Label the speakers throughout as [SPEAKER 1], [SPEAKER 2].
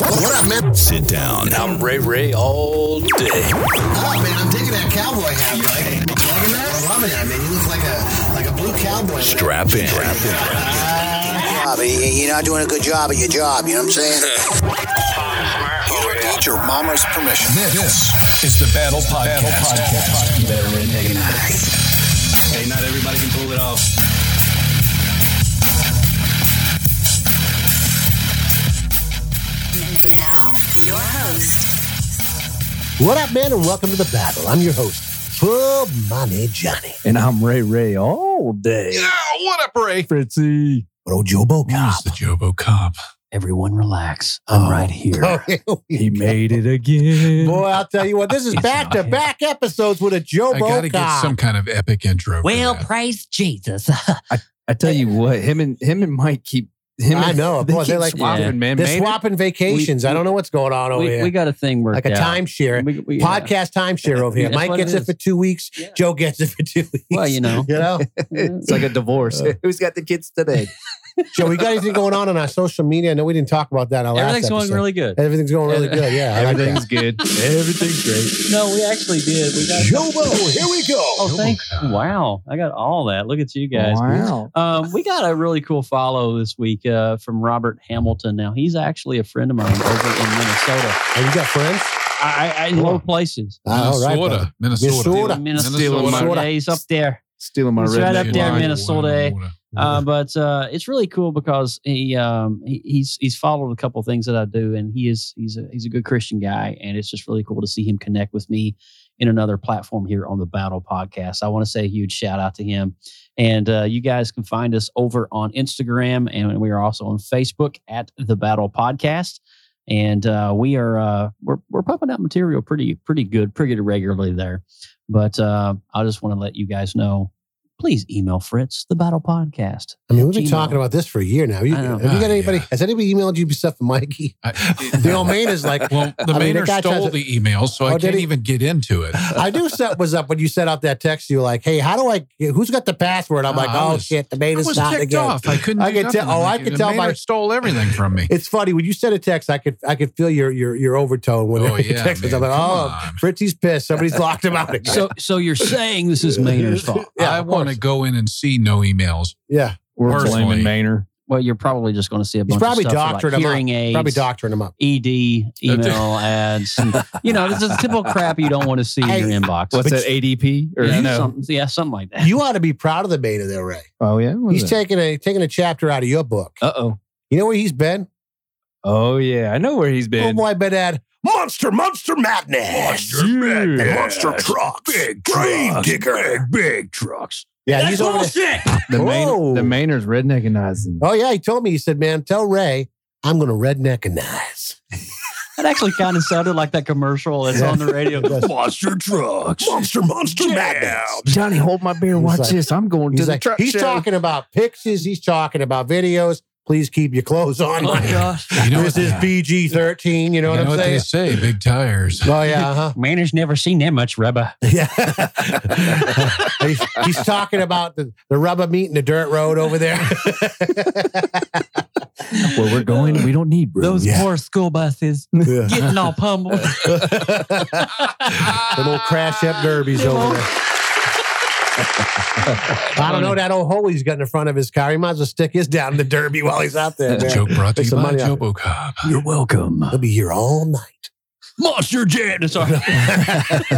[SPEAKER 1] What up, man?
[SPEAKER 2] Sit down.
[SPEAKER 3] I'm Ray Ray all day.
[SPEAKER 1] Oh, man, I'm digging that cowboy hat, right? Loving that? I'm loving that, man. You look like a like a blue cowboy.
[SPEAKER 2] Strap in.
[SPEAKER 4] job. You- You're not doing a good job at your job. You know what I'm saying? you need your mama's permission.
[SPEAKER 2] This is the Battle Podcast.
[SPEAKER 3] Hey, not everybody can pull it off.
[SPEAKER 5] Now, your host,
[SPEAKER 1] What up, man? And welcome to the battle. I'm your host, Full Money Johnny.
[SPEAKER 6] And I'm Ray Ray all day.
[SPEAKER 2] what up, Ray?
[SPEAKER 6] Fritzy.
[SPEAKER 1] Bro, Jobo
[SPEAKER 6] Who's the Jobo cop? Everyone relax. I'm
[SPEAKER 1] Oh.
[SPEAKER 6] right here.
[SPEAKER 1] Cop.
[SPEAKER 6] He made it again.
[SPEAKER 1] Boy, I'll tell you what, this is
[SPEAKER 6] He's
[SPEAKER 1] back to
[SPEAKER 6] not
[SPEAKER 1] back episodes with a
[SPEAKER 7] I got to
[SPEAKER 1] Jobo
[SPEAKER 7] get
[SPEAKER 1] Cop.
[SPEAKER 7] some kind of epic intro. for
[SPEAKER 8] Well,
[SPEAKER 7] that.
[SPEAKER 8] praise Jesus.
[SPEAKER 6] I tell you what, him and him and Mike keep him.
[SPEAKER 1] I
[SPEAKER 6] and-
[SPEAKER 1] know.
[SPEAKER 6] They
[SPEAKER 1] Boy,
[SPEAKER 6] keep
[SPEAKER 1] they're like-
[SPEAKER 6] swapping,
[SPEAKER 8] Yeah.
[SPEAKER 6] man.
[SPEAKER 1] They're
[SPEAKER 6] Maynard-
[SPEAKER 1] swapping vacations.
[SPEAKER 6] We-
[SPEAKER 1] I don't know what's going on over
[SPEAKER 8] we,
[SPEAKER 1] here.
[SPEAKER 8] we got a thing worked
[SPEAKER 1] Oh, like a
[SPEAKER 8] out.
[SPEAKER 1] timeshare.
[SPEAKER 8] We- we-
[SPEAKER 1] Podcast timeshare over here.
[SPEAKER 8] That's
[SPEAKER 1] Mike
[SPEAKER 8] what it
[SPEAKER 1] gets it
[SPEAKER 8] is.
[SPEAKER 1] for two weeks.
[SPEAKER 8] Yeah.
[SPEAKER 1] Joe gets it for two weeks.
[SPEAKER 8] Well, you know.
[SPEAKER 1] You know?
[SPEAKER 6] it's like a divorce.
[SPEAKER 1] Uh,
[SPEAKER 6] Who's got the kids today?
[SPEAKER 1] Joe, we got anything going on on our social media? I know we didn't talk about that. in Our last
[SPEAKER 8] Everything's going
[SPEAKER 1] episode.
[SPEAKER 8] really good.
[SPEAKER 1] Everything's going really good. Yeah, I like that.
[SPEAKER 6] Everything's good. Everythinging's great.
[SPEAKER 8] No, we actually did. We got.
[SPEAKER 1] Jobo, here we go.
[SPEAKER 8] Oh, thank. Wow, I got all that. Look at you guys.
[SPEAKER 6] Wow.
[SPEAKER 8] Um, we got a really cool follow this week uh, from Robert Hamilton. Now he's actually a friend of mine over in Minnesota.
[SPEAKER 1] And you got friends?
[SPEAKER 8] I, I, I in low places.
[SPEAKER 1] all right,
[SPEAKER 7] Minnesota,
[SPEAKER 1] brother.
[SPEAKER 7] Minnesota,
[SPEAKER 1] Minnesota. Florida.
[SPEAKER 8] Minnesota.
[SPEAKER 1] Florida.
[SPEAKER 8] Yeah, He's up there.
[SPEAKER 6] Stealing my
[SPEAKER 8] He's
[SPEAKER 6] red.
[SPEAKER 8] right up
[SPEAKER 7] Minnesota,
[SPEAKER 8] there in
[SPEAKER 7] Florida,
[SPEAKER 8] Minnesota.
[SPEAKER 7] Florida.
[SPEAKER 8] Uh, but uh, it's really cool because he, um, he he's he's followed a couple of things that I do, and he is he's a he's a good Christian guy, and it's just really cool to see him connect with me in another platform here on the Battle Podcast. I want to say a huge shout out to him, and uh, you guys can find us over on Instagram, and we are also on Facebook at the Battle Podcast, and uh, we are uh, we're we're pumping out material pretty pretty good pretty regularly there. But uh, I just want to let you guys know. Please email Fritz the Battle Podcast
[SPEAKER 1] I mean, we've been
[SPEAKER 8] Gmail.
[SPEAKER 1] talking about this for a year now. You,
[SPEAKER 8] I know.
[SPEAKER 1] have you got
[SPEAKER 7] Ah,
[SPEAKER 1] anybody?
[SPEAKER 7] yeah.
[SPEAKER 1] Has anybody emailed you stuff for Mikey?
[SPEAKER 7] I-
[SPEAKER 1] The old man is like,
[SPEAKER 7] well, the
[SPEAKER 1] I mean, the
[SPEAKER 7] Maynard
[SPEAKER 1] guy
[SPEAKER 7] stole
[SPEAKER 1] tries to-
[SPEAKER 7] the email, so
[SPEAKER 1] Oh,
[SPEAKER 7] I
[SPEAKER 1] did
[SPEAKER 7] can't
[SPEAKER 1] he?
[SPEAKER 7] even get into it.
[SPEAKER 1] I knew something was up when you sent out that text. You were like, hey, how do I, who's got the password? I'm
[SPEAKER 7] Ah,
[SPEAKER 1] like,
[SPEAKER 7] I
[SPEAKER 1] oh
[SPEAKER 7] was-
[SPEAKER 1] shit, the
[SPEAKER 7] I
[SPEAKER 1] man
[SPEAKER 7] was
[SPEAKER 1] is not
[SPEAKER 7] ticked
[SPEAKER 1] again.
[SPEAKER 7] off. I couldn't.
[SPEAKER 1] I
[SPEAKER 7] do
[SPEAKER 1] could tell-
[SPEAKER 7] nothing.
[SPEAKER 1] oh, I
[SPEAKER 7] The
[SPEAKER 1] could tell by-
[SPEAKER 7] Maynard stole everything from me.
[SPEAKER 1] It's funny when you sent a text, I could I could feel your your your overtone when
[SPEAKER 7] Oh,
[SPEAKER 1] you
[SPEAKER 7] yeah,
[SPEAKER 1] text. I'm
[SPEAKER 7] man.
[SPEAKER 1] like,
[SPEAKER 7] Come
[SPEAKER 1] oh,
[SPEAKER 7] on."
[SPEAKER 1] Fritzy's pissed. Somebody's locked him out. Again.
[SPEAKER 8] So, so you're saying this is Maynard's fault?
[SPEAKER 1] yeah,
[SPEAKER 7] I
[SPEAKER 1] of
[SPEAKER 7] want to
[SPEAKER 1] course.
[SPEAKER 7] go in and see no emails.
[SPEAKER 1] yeah,
[SPEAKER 6] We're
[SPEAKER 7] Personally.
[SPEAKER 6] blaming Maynard.
[SPEAKER 8] Well, you're probably just going to see a
[SPEAKER 1] He's
[SPEAKER 8] bunch
[SPEAKER 1] probably
[SPEAKER 8] of stuff for
[SPEAKER 1] doctored him
[SPEAKER 8] like
[SPEAKER 1] up.
[SPEAKER 8] hearing aids,
[SPEAKER 1] probably doctoring him up.
[SPEAKER 8] ED email ads. and, you know, this is typical crap you don't want to see in your
[SPEAKER 1] Hey,
[SPEAKER 8] inbox.
[SPEAKER 6] What's
[SPEAKER 1] But
[SPEAKER 6] that? ADP or
[SPEAKER 8] yeah,
[SPEAKER 6] no?
[SPEAKER 8] something, yeah, something like that.
[SPEAKER 1] You ought to be proud of the man though, Ray.
[SPEAKER 6] Oh yeah. What is
[SPEAKER 1] He's
[SPEAKER 6] it?
[SPEAKER 1] taking a taking a chapter out of your book.
[SPEAKER 6] Uh oh.
[SPEAKER 1] You know where he's been?
[SPEAKER 6] Oh yeah. I know where he's
[SPEAKER 1] Oh
[SPEAKER 6] been.
[SPEAKER 1] boy, been at Monster Monster Madness.
[SPEAKER 6] Yeah.
[SPEAKER 1] Trucks.
[SPEAKER 7] Big train digger. Big, big trucks.
[SPEAKER 1] Yeah, he's over there.
[SPEAKER 6] The
[SPEAKER 1] Whoa.
[SPEAKER 6] Maynard, the Maynard's redneckinizing.
[SPEAKER 1] Oh yeah, he told me. He said, "Man, tell Ray I'm gonna redneckinize."
[SPEAKER 8] That actually kind of sounded like that commercial that's
[SPEAKER 1] Yeah.
[SPEAKER 8] on the radio.
[SPEAKER 7] Monster trucks. Monster, monster madness.
[SPEAKER 6] Johnny, hold my beer.
[SPEAKER 1] He's
[SPEAKER 6] Watch
[SPEAKER 1] like-
[SPEAKER 6] this. I'm going to
[SPEAKER 1] He's
[SPEAKER 6] the
[SPEAKER 1] like,
[SPEAKER 6] truck.
[SPEAKER 1] he's
[SPEAKER 6] show.
[SPEAKER 1] talking about pictures. He's talking about videos. Please keep your clothes on.
[SPEAKER 8] Oh my gosh,
[SPEAKER 7] You know
[SPEAKER 1] this
[SPEAKER 7] what-
[SPEAKER 1] is BG thirteen. You know what
[SPEAKER 7] you know
[SPEAKER 1] I'm
[SPEAKER 7] what they
[SPEAKER 1] saying?
[SPEAKER 7] say? Big tires.
[SPEAKER 1] Oh yeah, uh-huh.
[SPEAKER 8] Maynard's never seen that much rubber.
[SPEAKER 1] yeah. uh-huh. he's, he's talking about the, the rubber meat in the dirt road over there.
[SPEAKER 6] Where we're going, we don't need room.
[SPEAKER 8] Those
[SPEAKER 1] Yeah.
[SPEAKER 8] poor school buses getting all pummeled.
[SPEAKER 1] The little crash up derbies over there. I don't know that old hole he's got in front of his car. He might as well stick his down in the derby while he's out there.
[SPEAKER 7] The
[SPEAKER 1] man.
[SPEAKER 7] joke brought to
[SPEAKER 1] Make
[SPEAKER 7] you
[SPEAKER 1] some
[SPEAKER 7] by
[SPEAKER 1] money off it.
[SPEAKER 7] Jobo Cop.
[SPEAKER 8] You're welcome.
[SPEAKER 1] He'll be here all night.
[SPEAKER 8] Monster Jet.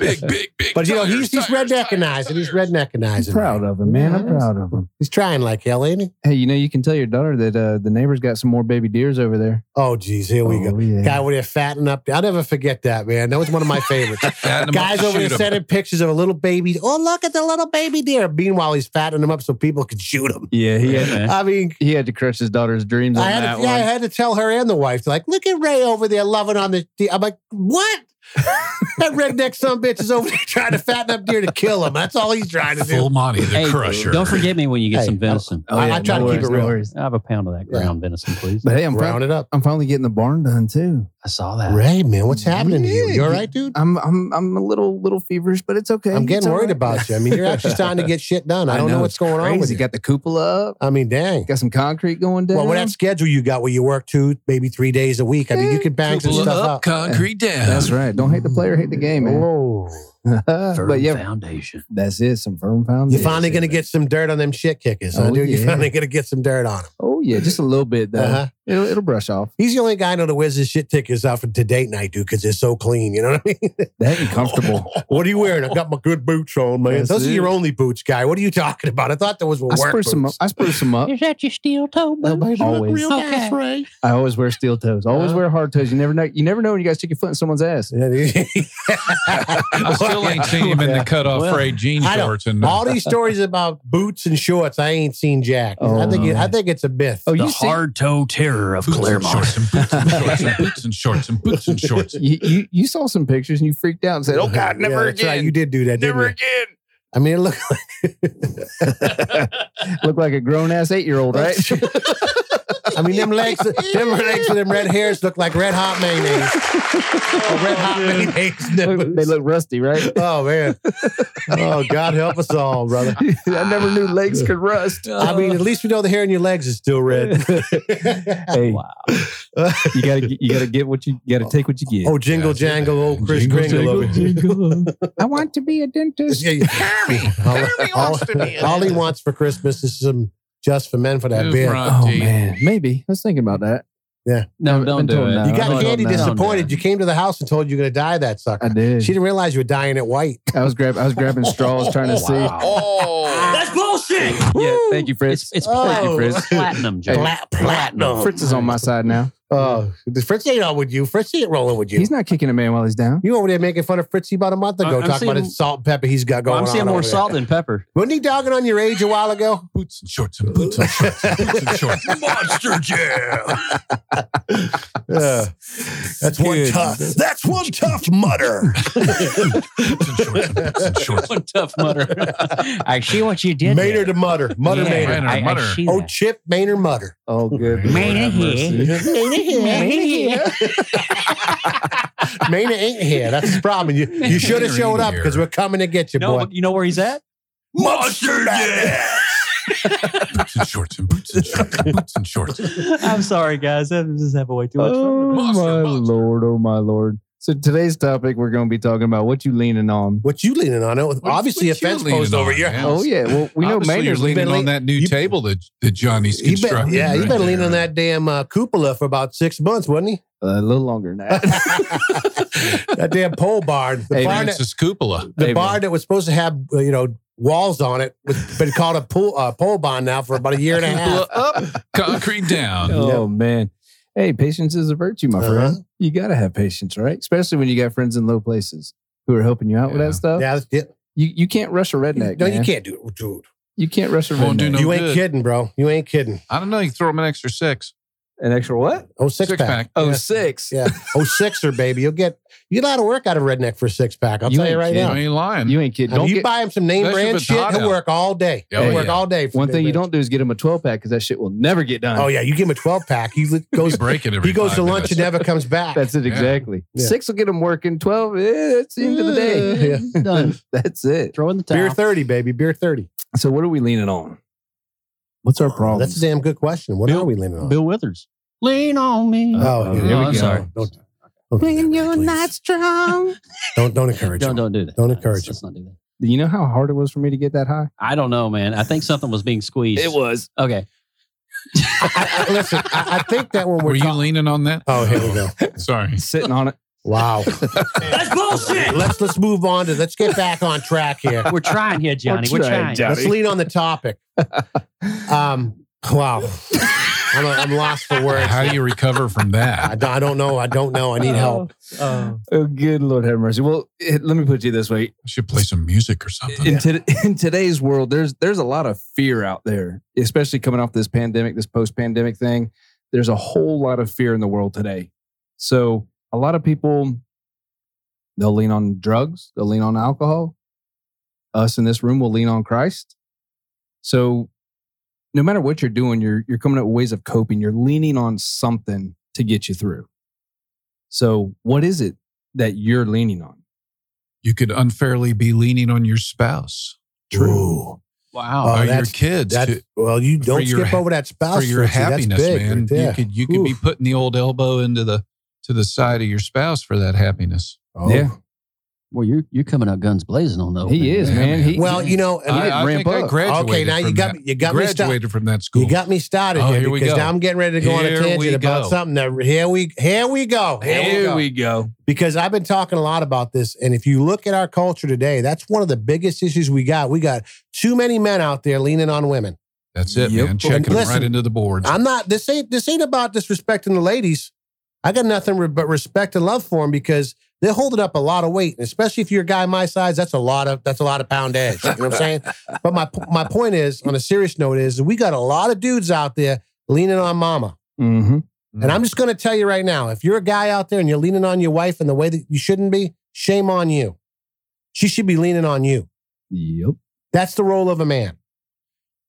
[SPEAKER 7] Big, big, big.
[SPEAKER 1] But you know, he's he's
[SPEAKER 7] tires, tires,
[SPEAKER 1] redneckinizing. He's
[SPEAKER 7] tires.
[SPEAKER 1] redneckinizing.
[SPEAKER 6] I'm proud of him, man. I'm proud of him.
[SPEAKER 1] He's trying like hell, ain't he?
[SPEAKER 6] Hey, you know, you can tell your daughter that uh, the neighbor's got some more baby deers over there.
[SPEAKER 1] Oh, geez, here we go.
[SPEAKER 6] Oh, yeah.
[SPEAKER 1] Guy over there fattening up. I'll never forget that, man. That was one of my favorites.
[SPEAKER 7] Fatten 'em up
[SPEAKER 1] Guys
[SPEAKER 7] to
[SPEAKER 1] over there
[SPEAKER 7] shoot 'em.
[SPEAKER 1] sending pictures of a little baby. Oh, look at the little baby deer. Meanwhile, he's fattening them up so people could shoot him.
[SPEAKER 6] Yeah, he had,
[SPEAKER 1] I mean,
[SPEAKER 6] he had to crush his daughter's dreams on
[SPEAKER 1] I had,
[SPEAKER 6] that
[SPEAKER 1] to, yeah, I
[SPEAKER 6] one.
[SPEAKER 1] had to tell her and the wife, like, look at Ray over there loving on the. the-" I'm like, what? That redneck son bitch is over there trying to fatten up deer to kill him. That's all he's trying to
[SPEAKER 7] Full
[SPEAKER 1] do.
[SPEAKER 7] Monty, the
[SPEAKER 8] Hey,
[SPEAKER 7] crusher.
[SPEAKER 8] don't forget me when you get
[SPEAKER 1] Hey,
[SPEAKER 6] uh,
[SPEAKER 8] some venison.
[SPEAKER 1] I, I try
[SPEAKER 6] Oh, no
[SPEAKER 1] to keep it
[SPEAKER 6] worries, no
[SPEAKER 1] real.
[SPEAKER 6] worries.
[SPEAKER 8] I have a pound of that
[SPEAKER 1] Yeah.
[SPEAKER 8] ground venison, please.
[SPEAKER 6] But hey, I'm,
[SPEAKER 1] Round it
[SPEAKER 6] fin-
[SPEAKER 1] up.
[SPEAKER 6] I'm finally getting the barn done too.
[SPEAKER 8] I saw that.
[SPEAKER 1] Ray, man, what's happening to you?
[SPEAKER 6] Yeah.
[SPEAKER 1] You all right, dude?
[SPEAKER 6] I'm I'm I'm a little little feverish, but it's okay.
[SPEAKER 1] I'm
[SPEAKER 6] It's
[SPEAKER 1] getting
[SPEAKER 6] all
[SPEAKER 1] worried
[SPEAKER 6] right.
[SPEAKER 1] about you. I mean, you're actually starting to get shit done. I don't know, what's
[SPEAKER 6] it's
[SPEAKER 1] going on with
[SPEAKER 6] crazy.
[SPEAKER 1] you.
[SPEAKER 6] Got the cupola up.
[SPEAKER 1] I mean, dang.
[SPEAKER 6] Got some concrete going down.
[SPEAKER 1] Well, with that schedule you got where you work two, maybe three days a week, I mean, you can bang some
[SPEAKER 7] Pull
[SPEAKER 1] stuff
[SPEAKER 7] up,
[SPEAKER 1] up.
[SPEAKER 7] concrete down.
[SPEAKER 6] That's right. Don't hate the player, hate the game, man.
[SPEAKER 1] Whoa.
[SPEAKER 6] Oh,
[SPEAKER 8] Firm
[SPEAKER 6] but yeah,
[SPEAKER 8] foundation.
[SPEAKER 6] that's it. Some firm
[SPEAKER 1] You're
[SPEAKER 6] foundation.
[SPEAKER 1] finally going to get some dirt on them shit kickers, huh,
[SPEAKER 6] Oh,
[SPEAKER 1] dude? You're
[SPEAKER 6] yeah.
[SPEAKER 1] finally going to get some dirt on them.
[SPEAKER 6] Oh yeah, just a little bit though.
[SPEAKER 1] Uh-huh.
[SPEAKER 6] It'll, it'll brush off.
[SPEAKER 1] He's the only guy I know that wears his shit tickers out for to date night, dude, because it's so clean. You know what I mean?
[SPEAKER 6] That ain't comfortable.
[SPEAKER 1] what are you wearing? I got my good boots on, man.
[SPEAKER 6] That's
[SPEAKER 1] Those are
[SPEAKER 6] it.
[SPEAKER 1] your only boots, guy. What are you talking about? I thought those were
[SPEAKER 6] I
[SPEAKER 1] work
[SPEAKER 6] spruce
[SPEAKER 1] boots.
[SPEAKER 6] them up. I spruce them up.
[SPEAKER 8] Is that your steel toe
[SPEAKER 1] Well, baby,
[SPEAKER 8] boots?
[SPEAKER 1] look
[SPEAKER 6] Always.
[SPEAKER 1] real nice,
[SPEAKER 8] Okay.
[SPEAKER 1] Ray.
[SPEAKER 6] I always wear steel toes. I Always
[SPEAKER 1] Uh-huh.
[SPEAKER 6] wear hard toes. You never know. You never know when you guys stick your foot in someone's ass.
[SPEAKER 1] Yeah, dude.
[SPEAKER 7] I still ain't seen him in the cutoff
[SPEAKER 8] Well,
[SPEAKER 7] frayed jean
[SPEAKER 1] I don't-
[SPEAKER 7] shorts. And
[SPEAKER 1] All these stories about boots and shorts, I ain't seen Jack. I think it, I think it's a myth.
[SPEAKER 6] Oh,
[SPEAKER 8] The
[SPEAKER 6] you see,
[SPEAKER 8] hard toe terror of
[SPEAKER 7] boots and
[SPEAKER 8] Claremont.
[SPEAKER 7] shorts and boots and shorts and boots and shorts and boots and shorts.
[SPEAKER 6] you, you you saw some pictures and you freaked out and said, "Oh God,
[SPEAKER 1] Yeah,
[SPEAKER 6] never
[SPEAKER 1] that's right. You did do that, didn't you?
[SPEAKER 7] again.
[SPEAKER 1] I mean, it looked
[SPEAKER 6] again." Look like a grown ass eight year old, right?
[SPEAKER 1] I mean, them legs, them legs with them red hairs look like red hot mayonnaise. Or red hot mayonnaise
[SPEAKER 6] Look,
[SPEAKER 1] nipples.
[SPEAKER 6] they look rusty, right?
[SPEAKER 1] Oh man! Oh God, help us all, brother.
[SPEAKER 6] I never knew legs could rust.
[SPEAKER 1] I mean, at least we know the hair in your legs is still red.
[SPEAKER 6] hey,
[SPEAKER 8] Wow.
[SPEAKER 6] you gotta get- you gotta get what you, you gotta take what you get.
[SPEAKER 1] oh, jingle
[SPEAKER 7] Yeah, I see
[SPEAKER 1] jangle,
[SPEAKER 7] that.
[SPEAKER 1] old Chris
[SPEAKER 7] Jingle,
[SPEAKER 1] Kringle
[SPEAKER 7] jangle,
[SPEAKER 1] over here.
[SPEAKER 6] I want to be a dentist.
[SPEAKER 1] Yeah, yeah. All- all- all he wants for Christmas is some just for men for that
[SPEAKER 7] Just
[SPEAKER 1] beer.
[SPEAKER 7] right.
[SPEAKER 6] Oh
[SPEAKER 7] Gee.
[SPEAKER 6] man, maybe. Let's think about that.
[SPEAKER 8] No, don't
[SPEAKER 6] Until
[SPEAKER 8] do it.
[SPEAKER 6] now.
[SPEAKER 1] You
[SPEAKER 6] I
[SPEAKER 1] got
[SPEAKER 6] don't
[SPEAKER 1] Candy
[SPEAKER 6] know.
[SPEAKER 1] disappointed. You came to the house and told you you're gonna dye that
[SPEAKER 6] I
[SPEAKER 1] sucker.
[SPEAKER 6] did.
[SPEAKER 1] She didn't realize you were dyeing it white.
[SPEAKER 6] I was grab I was grabbing straws trying to see.
[SPEAKER 7] Oh,
[SPEAKER 6] Yeah, thank you, Fritz.
[SPEAKER 8] It's, it's
[SPEAKER 1] Oh.
[SPEAKER 8] plat-
[SPEAKER 6] Thank you, Fritz.
[SPEAKER 8] platinum, Jake.
[SPEAKER 1] Plat- platinum.
[SPEAKER 6] Fritz is on my side now.
[SPEAKER 1] Oh, Fritz ain't on with you. Fritz ain't rolling with you.
[SPEAKER 6] He's not kicking a man while he's down.
[SPEAKER 1] You over there making fun of Fritzy about a month ago,
[SPEAKER 8] I- I'm
[SPEAKER 1] talking about
[SPEAKER 8] seeing-
[SPEAKER 1] his salt and pepper he's got going
[SPEAKER 8] I'm
[SPEAKER 1] on.
[SPEAKER 8] seeing more
[SPEAKER 1] over there.
[SPEAKER 8] salt than pepper.
[SPEAKER 1] Wasn't he dogging on your age a while ago?
[SPEAKER 7] boots and shorts and boots and shorts and boots and shorts. Monster Jam.
[SPEAKER 1] Yeah. That's one
[SPEAKER 7] Dude.
[SPEAKER 1] tough.
[SPEAKER 3] That's one tough mutter.
[SPEAKER 7] Boots and shorts and boots and shorts.
[SPEAKER 8] One tough mutter. I see what you did.
[SPEAKER 1] Maynard to
[SPEAKER 8] there.
[SPEAKER 1] mutter. Mutter
[SPEAKER 8] Yeah,
[SPEAKER 1] Maynard.
[SPEAKER 7] Maynard,
[SPEAKER 8] I, I
[SPEAKER 7] mutter.
[SPEAKER 8] see
[SPEAKER 1] Oh,
[SPEAKER 8] that.
[SPEAKER 1] Chip Maynard Mutter.
[SPEAKER 6] Oh, good.
[SPEAKER 8] Maynard
[SPEAKER 6] Lord, have
[SPEAKER 8] here.
[SPEAKER 6] mercy.
[SPEAKER 1] Maynard here. Maynard here. Maynard ain't here. That's the problem. You, you should have
[SPEAKER 7] Maynard
[SPEAKER 1] showed
[SPEAKER 7] ain't
[SPEAKER 1] up because
[SPEAKER 7] here.
[SPEAKER 1] we're coming to get you,
[SPEAKER 8] no,
[SPEAKER 1] boy.
[SPEAKER 8] but you know where he's at?
[SPEAKER 7] Monster Jam. Boots and shorts and boots and shorts and boots and shorts.
[SPEAKER 8] I'm sorry, guys. I'm just having way too much fun.
[SPEAKER 6] Oh
[SPEAKER 7] Monster,
[SPEAKER 6] my
[SPEAKER 7] monster.
[SPEAKER 6] lord, oh my lord. So today's topic we're gonna be talking about what you leaning on.
[SPEAKER 1] What you leaning on? It was obviously a
[SPEAKER 7] what you
[SPEAKER 1] fence
[SPEAKER 7] leaning
[SPEAKER 1] post over
[SPEAKER 7] on,
[SPEAKER 1] your
[SPEAKER 7] man?
[SPEAKER 1] house.
[SPEAKER 6] Oh yeah. Well we know
[SPEAKER 7] Obviously, you're
[SPEAKER 6] Maynard's
[SPEAKER 7] leaning
[SPEAKER 6] been
[SPEAKER 7] on
[SPEAKER 6] leaning
[SPEAKER 7] that new
[SPEAKER 1] you-
[SPEAKER 7] table that, that Johnny's
[SPEAKER 1] He been,
[SPEAKER 7] constructing.
[SPEAKER 1] yeah, he
[SPEAKER 7] right
[SPEAKER 1] been leaning on
[SPEAKER 7] there.
[SPEAKER 1] that damn uh, cupola for about six months, wasn't he?
[SPEAKER 6] a little longer than that.
[SPEAKER 1] that damn pole barn. The
[SPEAKER 6] Hey,
[SPEAKER 1] barn that,
[SPEAKER 7] Francis Cupola.
[SPEAKER 1] the
[SPEAKER 6] Hey,
[SPEAKER 1] barn
[SPEAKER 6] man.
[SPEAKER 1] that was supposed to have uh, you know walls on it was been called a pool uh, pole barn now for about a year and a half.
[SPEAKER 7] Cupola up, concrete down.
[SPEAKER 6] oh man. Hey, patience is a virtue, my
[SPEAKER 1] Uh-huh.
[SPEAKER 6] friend. You gotta have patience, right? Especially when you got friends in low places who are helping you out with
[SPEAKER 7] Yeah.
[SPEAKER 6] that stuff.
[SPEAKER 1] Yeah, that's it.
[SPEAKER 6] You you can't rush a redneck.
[SPEAKER 1] no,
[SPEAKER 6] man.
[SPEAKER 1] you can't do it, dude.
[SPEAKER 6] You can't rush a redneck.
[SPEAKER 7] Won't do No
[SPEAKER 1] you ain't
[SPEAKER 7] good.
[SPEAKER 1] kidding, bro. You ain't kidding.
[SPEAKER 7] I don't know. You throw him an extra six.
[SPEAKER 6] An extra what?
[SPEAKER 1] Oh six,
[SPEAKER 7] Six
[SPEAKER 1] pack.
[SPEAKER 7] pack.
[SPEAKER 6] Oh,
[SPEAKER 1] Yeah.
[SPEAKER 6] six.
[SPEAKER 1] Yeah. Oh sixer, baby. You'll get you get a lot of work out of redneck for a six pack. I'll
[SPEAKER 6] You
[SPEAKER 1] tell you
[SPEAKER 6] ain't
[SPEAKER 1] right
[SPEAKER 6] kidding.
[SPEAKER 1] now.
[SPEAKER 7] You ain't lying.
[SPEAKER 6] You ain't kidding.
[SPEAKER 1] If
[SPEAKER 6] Don't
[SPEAKER 1] you
[SPEAKER 6] get,
[SPEAKER 1] buy him some name
[SPEAKER 7] Especially
[SPEAKER 1] brand
[SPEAKER 7] if it's
[SPEAKER 1] shit,
[SPEAKER 7] hot
[SPEAKER 1] he'll
[SPEAKER 7] out.
[SPEAKER 1] work all day.
[SPEAKER 7] Oh,
[SPEAKER 1] he'll work
[SPEAKER 7] yeah.
[SPEAKER 1] all day. for
[SPEAKER 6] one
[SPEAKER 1] that
[SPEAKER 6] thing you
[SPEAKER 1] bitch.
[SPEAKER 6] don't do is get him a twelve pack because that shit will never get done.
[SPEAKER 1] Oh yeah, you give him a twelve pack. He li- goes.
[SPEAKER 7] You break it every
[SPEAKER 1] he goes
[SPEAKER 7] five
[SPEAKER 1] to lunch and
[SPEAKER 7] minutes.
[SPEAKER 1] never comes back.
[SPEAKER 6] That's it
[SPEAKER 7] Yeah.
[SPEAKER 6] exactly.
[SPEAKER 1] Yeah.
[SPEAKER 6] Six will get him working. Twelve, eh, it's the end of the day.
[SPEAKER 1] Yeah.
[SPEAKER 8] Done.
[SPEAKER 6] That's it.
[SPEAKER 8] Throw in the towel.
[SPEAKER 1] beer thirty, baby. Beer thirty.
[SPEAKER 6] So what are we leaning on? What's our problem?
[SPEAKER 1] That's a damn good question. What
[SPEAKER 8] Bill-
[SPEAKER 1] are we leaning on?
[SPEAKER 8] Bill Withers. Lean on me.
[SPEAKER 1] Oh, yeah.
[SPEAKER 6] here we
[SPEAKER 1] No,
[SPEAKER 6] go.
[SPEAKER 1] I'm sorry. Don't, don't, do that, please.
[SPEAKER 6] strong.
[SPEAKER 1] Don't don't encourage
[SPEAKER 8] don't
[SPEAKER 1] him.
[SPEAKER 8] don't do that.
[SPEAKER 1] Don't
[SPEAKER 8] Let's-
[SPEAKER 1] encourage
[SPEAKER 8] Let's not do that.
[SPEAKER 6] Do you know how hard it was for me to get that high?
[SPEAKER 8] I don't know, man. I think something was being squeezed.
[SPEAKER 6] was.
[SPEAKER 8] Okay.
[SPEAKER 1] I, I- Uh, listen, I, I think that when
[SPEAKER 7] Were
[SPEAKER 1] we're
[SPEAKER 7] you
[SPEAKER 1] talking.
[SPEAKER 7] leaning on that?
[SPEAKER 1] Oh, here we go.
[SPEAKER 7] Sorry.
[SPEAKER 6] Sitting on it.
[SPEAKER 1] Wow, that's bullshit. Let's let's move on to let's get back on track here.
[SPEAKER 8] We're trying here, Johnny. We're trying.
[SPEAKER 1] Let's lean on the topic. Um, wow, I'm, I'm lost for words.
[SPEAKER 7] How do you recover from
[SPEAKER 1] I
[SPEAKER 7] that?
[SPEAKER 1] don't, I don't know. I don't know. I need help.
[SPEAKER 8] Oh.
[SPEAKER 6] Oh, good Lord have mercy. Well, it, let me put you this way.
[SPEAKER 7] should play some music or something.
[SPEAKER 6] in, to, in today's world, there's there's a lot of fear out there, especially coming off this pandemic, this post pandemic thing. There's a whole lot of fear in the world today. So a lot of people They'll lean on drugs. They'll lean on alcohol. Us in this room will lean on Christ. So, no matter what you're doing, you're you're coming up with ways of coping. You're leaning on something to get you through. So, what is it that you're leaning on?
[SPEAKER 7] You could unfairly be leaning on your spouse
[SPEAKER 1] True.
[SPEAKER 8] Wow.
[SPEAKER 1] Oh,
[SPEAKER 7] or your
[SPEAKER 1] that's-
[SPEAKER 7] kids
[SPEAKER 1] That's
[SPEAKER 7] to-
[SPEAKER 1] well, you don't
[SPEAKER 7] your
[SPEAKER 1] skip
[SPEAKER 7] ha-
[SPEAKER 1] over that spouse
[SPEAKER 7] for your
[SPEAKER 1] issue. That's
[SPEAKER 7] happiness,
[SPEAKER 1] big
[SPEAKER 7] man.
[SPEAKER 1] right there.
[SPEAKER 7] You could you could be
[SPEAKER 1] Oof.
[SPEAKER 7] putting the old elbow into the to the side of your spouse for that happiness.
[SPEAKER 1] Oh.
[SPEAKER 6] Yeah.
[SPEAKER 8] Well, you're you're coming out guns blazing on that.
[SPEAKER 6] He is,
[SPEAKER 7] Yeah,
[SPEAKER 6] man.
[SPEAKER 7] man.
[SPEAKER 6] He,
[SPEAKER 1] Well, you know, and
[SPEAKER 6] He didn't
[SPEAKER 7] I, I
[SPEAKER 6] ramp
[SPEAKER 7] think I
[SPEAKER 6] up.
[SPEAKER 7] graduated
[SPEAKER 1] Okay, now you
[SPEAKER 7] from
[SPEAKER 1] got
[SPEAKER 7] that-
[SPEAKER 1] me- you got me stuck.
[SPEAKER 7] graduated from that school.
[SPEAKER 1] You got me started
[SPEAKER 7] Oh,
[SPEAKER 1] here,
[SPEAKER 7] here we
[SPEAKER 1] because
[SPEAKER 7] go.
[SPEAKER 1] now I'm getting ready to go on a
[SPEAKER 7] Here we
[SPEAKER 1] tangent about
[SPEAKER 7] go.
[SPEAKER 1] something. That, here we here we go. Here, we go.
[SPEAKER 6] go.
[SPEAKER 1] because I've been talking a lot about this. And if you look at our culture today, that's one of the biggest issues we got. We got too many men out there leaning on women.
[SPEAKER 7] That's it,
[SPEAKER 6] Yep.
[SPEAKER 7] man. Checking them
[SPEAKER 1] listen,
[SPEAKER 7] right into the boards.
[SPEAKER 1] I'm not. This ain't. This ain't about disrespecting the ladies. I got nothing re- but respect and love for them because they're holding up a lot of weight, and especially if you're a guy my size. That's a lot of. That's a lot of poundage. You know what I'm saying? but my my point is, on a serious note, is we got a lot of dudes out there leaning on mama.
[SPEAKER 6] Mm-hmm.
[SPEAKER 1] And I'm just going to tell you right now if you're a guy out there and you're leaning on your wife in the way that you shouldn't be, shame on you. She should be leaning on you.
[SPEAKER 6] Yep.
[SPEAKER 1] That's the role of a man.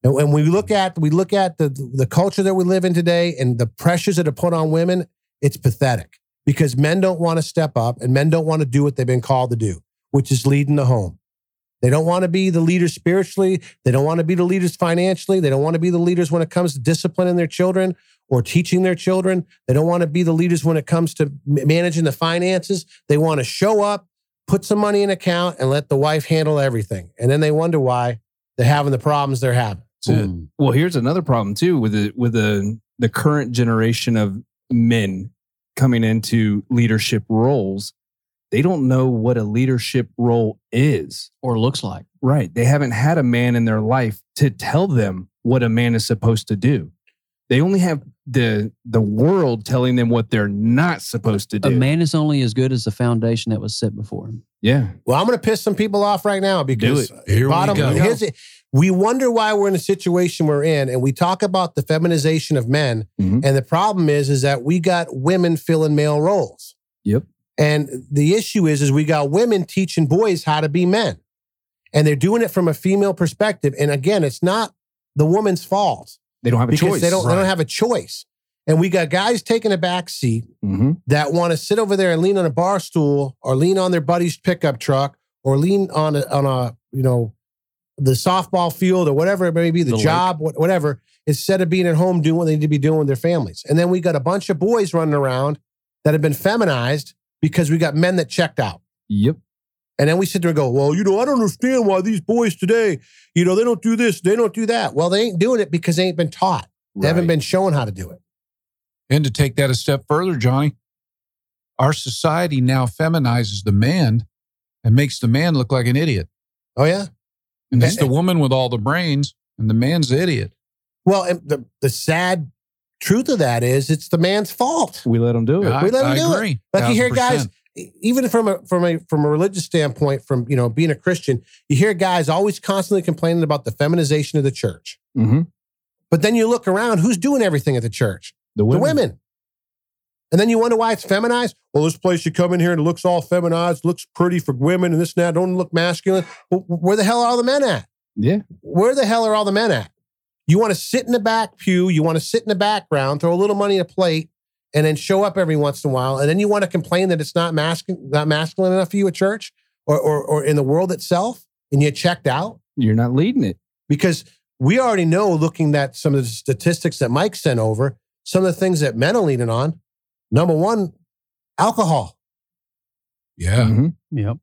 [SPEAKER 1] And when we look at we look at the the culture that we live in today and the pressures that are put on women, it's pathetic because men don't want to step up and men don't want to do what they've been called to do, which is leading the home. They don't want to be the leaders spiritually. They don't want to be the leaders financially. They don't want to be the leaders when it comes to disciplining their children or teaching their children. They don't want to be the leaders when it comes to ma- managing the finances. They want to show up, put some money in account, and let the wife handle everything. And then they wonder why they're having the problems they're having.
[SPEAKER 7] That's it.
[SPEAKER 8] Mm.
[SPEAKER 6] Well, here's another problem too with the with the the current generation of men coming into leadership roles. They don't know what a leadership role is.
[SPEAKER 8] Or looks like.
[SPEAKER 6] Right. They haven't had a man in their life to tell them what a man is supposed to do. They only have the the world telling them what they're not supposed to do.
[SPEAKER 8] A man is only as good as the foundation that was set before him.
[SPEAKER 6] yeah.
[SPEAKER 1] Well, I'm going to piss some people off right now because
[SPEAKER 7] Here
[SPEAKER 1] bottom
[SPEAKER 7] we go.
[SPEAKER 1] here's it. We wonder why we're in the situation we're in, and we talk about the feminization of men.
[SPEAKER 7] Mm-hmm.
[SPEAKER 6] Mhm.
[SPEAKER 1] And the problem is, is that we got women filling male roles.
[SPEAKER 6] Yep.
[SPEAKER 1] And the issue is, is we got women teaching boys how to be men, and they're doing it from a female perspective. And again, it's not the woman's fault
[SPEAKER 6] They don't have a
[SPEAKER 1] because
[SPEAKER 6] choice.
[SPEAKER 1] they don't they
[SPEAKER 7] right.
[SPEAKER 1] don't have a choice. And we got guys taking a back seat
[SPEAKER 6] Mhm.
[SPEAKER 1] that want to sit over there and lean on a bar stool or lean on their buddy's pickup truck or lean on a, on a you know the softball field or whatever it may be the,
[SPEAKER 8] The lake.
[SPEAKER 1] job what, whatever instead of being at home doing what they need to be doing with their families and then we got a bunch of boys running around that have been feminized because we got men that checked out
[SPEAKER 6] Yep.
[SPEAKER 1] and then we sit there and go well you know i don't understand why these boys today you know they don't do this they don't do that well they ain't doing it because they ain't been taught they haven't
[SPEAKER 6] Right.
[SPEAKER 1] been shown how to do it
[SPEAKER 7] And to take that a step further, Johnny, our society now feminizes the man and makes the man look like an idiot.
[SPEAKER 1] oh yeah
[SPEAKER 7] And
[SPEAKER 1] Eh,
[SPEAKER 7] it's the woman with all the brains, and the man's the idiot.
[SPEAKER 1] Well, and the, the sad truth of that is it's the man's fault.
[SPEAKER 6] We let them do it.
[SPEAKER 7] I,
[SPEAKER 1] We let him
[SPEAKER 7] I
[SPEAKER 1] do it.
[SPEAKER 7] agree.
[SPEAKER 1] Like you hear
[SPEAKER 7] 1000%.
[SPEAKER 1] guys, e- even from a from a from a religious standpoint, from you know being a Christian, you hear guys always constantly complaining about the feminization of the church.
[SPEAKER 6] Mhm.
[SPEAKER 1] But then you look around, who's doing everything at the church?
[SPEAKER 6] The women.
[SPEAKER 1] The women. And then you wonder why it's feminized. Well, this place you come in here and it looks all feminized, looks pretty for women, and this and that don't look masculine. Well, where the hell are all the men at?
[SPEAKER 6] Yeah.
[SPEAKER 1] where the hell are all the men at? You want to sit in the back pew, you want to sit in the background, throw a little money in a plate, and then show up every once in a while, and then you want to complain that it's not masculine, not masculine enough for you at church or, or or in the world itself, and you're checked out
[SPEAKER 6] You're not leading it.
[SPEAKER 1] because we already know, looking at some of the statistics that Mike sent over, some of the things that men are leaning on. Number one, alcohol. Mm-hmm.
[SPEAKER 7] Yeah.
[SPEAKER 6] Mhm.
[SPEAKER 8] Yep.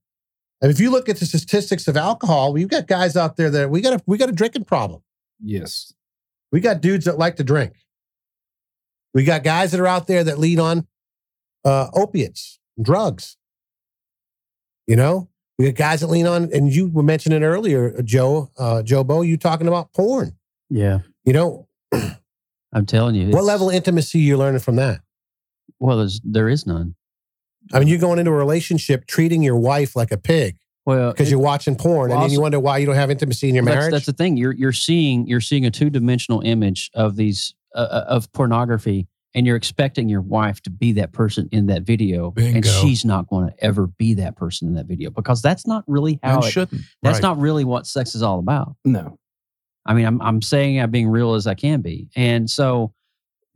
[SPEAKER 1] And if you look at the statistics of alcohol, we've got guys out there that we got a we got a drinking problem.
[SPEAKER 6] Yes.
[SPEAKER 1] We got dudes that like to drink. We got guys that are out there that lead on uh, opiates, and drugs. You know, we got guys that lean on, and you were mentioning earlier, Joe, uh, Joe Bo, you talking about porn.
[SPEAKER 8] Yeah.
[SPEAKER 1] You know,
[SPEAKER 8] I'm telling you.
[SPEAKER 1] what
[SPEAKER 8] it's-
[SPEAKER 1] level of intimacy you're learning from that?
[SPEAKER 8] Well, there's there is none.
[SPEAKER 1] I mean, you're going into a relationship treating your wife like a pig
[SPEAKER 8] Well,
[SPEAKER 1] because
[SPEAKER 8] it-
[SPEAKER 1] you're watching porn, and
[SPEAKER 8] Well,
[SPEAKER 1] then you
[SPEAKER 8] also-
[SPEAKER 1] wonder why you don't have intimacy in your
[SPEAKER 8] that's,
[SPEAKER 1] marriage.
[SPEAKER 8] that's the thing. You're you're seeing you're seeing a two dimensional image of these uh, uh, of pornography and you're expecting your wife to be that person in that video, and
[SPEAKER 7] Bingo.
[SPEAKER 8] she's not going to ever be that person in that video because that's not really how
[SPEAKER 7] and
[SPEAKER 8] it,
[SPEAKER 7] shouldn't.
[SPEAKER 8] that's
[SPEAKER 7] Right.
[SPEAKER 8] not really what sex is all about.
[SPEAKER 6] No.
[SPEAKER 8] I mean, I'm I'm saying I'm being real as I can be, and so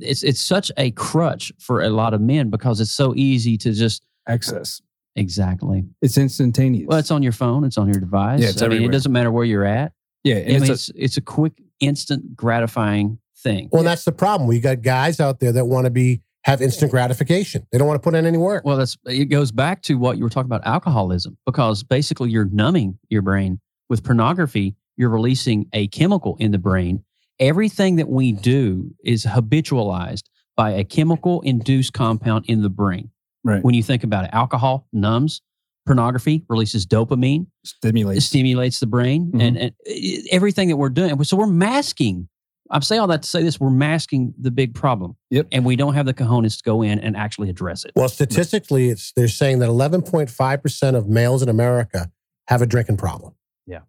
[SPEAKER 8] it's it's such a crutch for a lot of men because it's so easy to just
[SPEAKER 6] Access.
[SPEAKER 8] exactly.
[SPEAKER 6] It's instantaneous.
[SPEAKER 8] Well, it's on your phone, it's on your device.
[SPEAKER 6] Yeah, it's
[SPEAKER 8] I mean, it
[SPEAKER 6] everywhere.
[SPEAKER 8] doesn't matter where you're at.
[SPEAKER 6] yeah.
[SPEAKER 8] I
[SPEAKER 6] and
[SPEAKER 8] mean,
[SPEAKER 6] it's a-
[SPEAKER 8] it's it's a quick, instant, gratifying thing.
[SPEAKER 1] Well, that's the problem. We got guys out there that want to be have instant gratification. They don't want to put in any work.
[SPEAKER 8] Well, that's it goes back to what you were talking about alcoholism because basically you're numbing your brain with pornography. You're releasing a chemical in the brain. Everything that we do is habitualized by a chemical induced compound in the brain.
[SPEAKER 6] Right.
[SPEAKER 8] When you think about it, alcohol numbs, pornography releases dopamine, it
[SPEAKER 6] stimulates.
[SPEAKER 8] stimulates the brain,
[SPEAKER 6] Mhm.
[SPEAKER 8] and, and it- everything that we're doing. So we're masking. I say all that to say this: we're masking the big problem,
[SPEAKER 6] Yep.
[SPEAKER 8] and we don't have the cojones to go in and actually address it.
[SPEAKER 1] Well, statistically, it's they're saying that 11.5% of males in America have a drinking problem.
[SPEAKER 8] Yeah.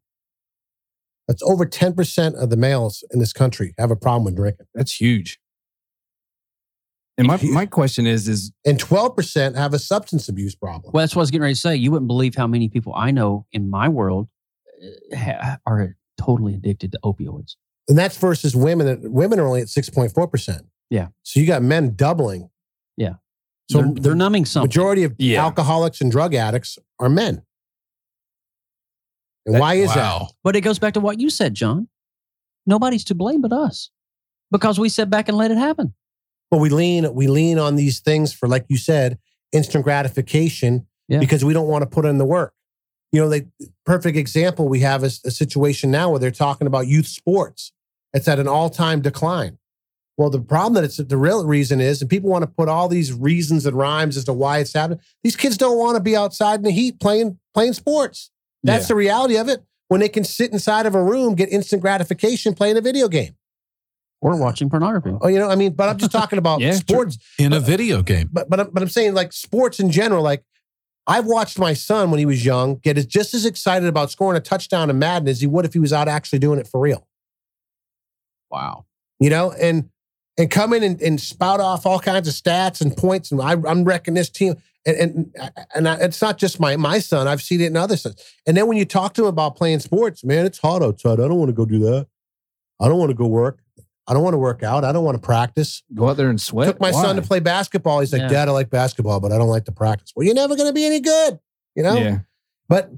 [SPEAKER 1] That's over 10% of the males in this country have a problem with drinking.
[SPEAKER 6] That's huge. And my, my question is, is
[SPEAKER 1] And 12% have a substance abuse problem.
[SPEAKER 8] Well, that's what I was getting ready to say. You wouldn't believe how many people I know in my world uh, ha- are totally addicted to opioids.
[SPEAKER 1] and that's versus women that women are only at 6.4%.
[SPEAKER 8] Yeah.
[SPEAKER 1] So you got men doubling.
[SPEAKER 8] Yeah.
[SPEAKER 1] So
[SPEAKER 8] they're, they're
[SPEAKER 1] the
[SPEAKER 8] numbing something.
[SPEAKER 1] majority of
[SPEAKER 7] Yeah.
[SPEAKER 1] alcoholics and drug addicts are men. And why is that?
[SPEAKER 7] wow.
[SPEAKER 8] but it goes back to what you said, John. Nobody's to blame but us because we sat back and let it happen.
[SPEAKER 1] but we lean we lean on these things for like you said instant gratification
[SPEAKER 8] Yeah.
[SPEAKER 1] because we don't want to put in the work you know the perfect example we have is a situation now where they're talking about youth sports it's at an all-time decline well the problem that it's the real reason is and people want to put all these reasons and rhymes as to why it's happening these kids don't want to be outside in the heat playing playing sports that's the reality of it when they can sit inside of a room get instant gratification playing a video game
[SPEAKER 8] Or watching pornography.
[SPEAKER 1] oh you know i mean but i'm just talking about
[SPEAKER 6] Yeah, sure.
[SPEAKER 1] sports
[SPEAKER 7] in a video game.
[SPEAKER 1] but but I'm- but I'm saying like sports in general. Like I've watched my son when he was young get as, just as excited about scoring a touchdown in Madden as he would if he was out actually doing it for real.
[SPEAKER 8] Wow.
[SPEAKER 1] You know, and and come in and, and spout off all kinds of stats and points and I, I'm wrecking this team. And and, and I, it's not just my my son. I've seen it in other sons. And then when you talk to him about playing sports, man, it's hot outside. I don't want to go do that. I don't want to go work. I don't want to work out. I don't want to practice.
[SPEAKER 6] go out there and sweat.
[SPEAKER 1] Took my
[SPEAKER 6] Why?
[SPEAKER 1] son to play basketball. He's like,
[SPEAKER 8] Yeah.
[SPEAKER 1] Dad, I like basketball, but I don't like to practice. Well, you're never going to be any good, you know.
[SPEAKER 6] Yeah.
[SPEAKER 1] But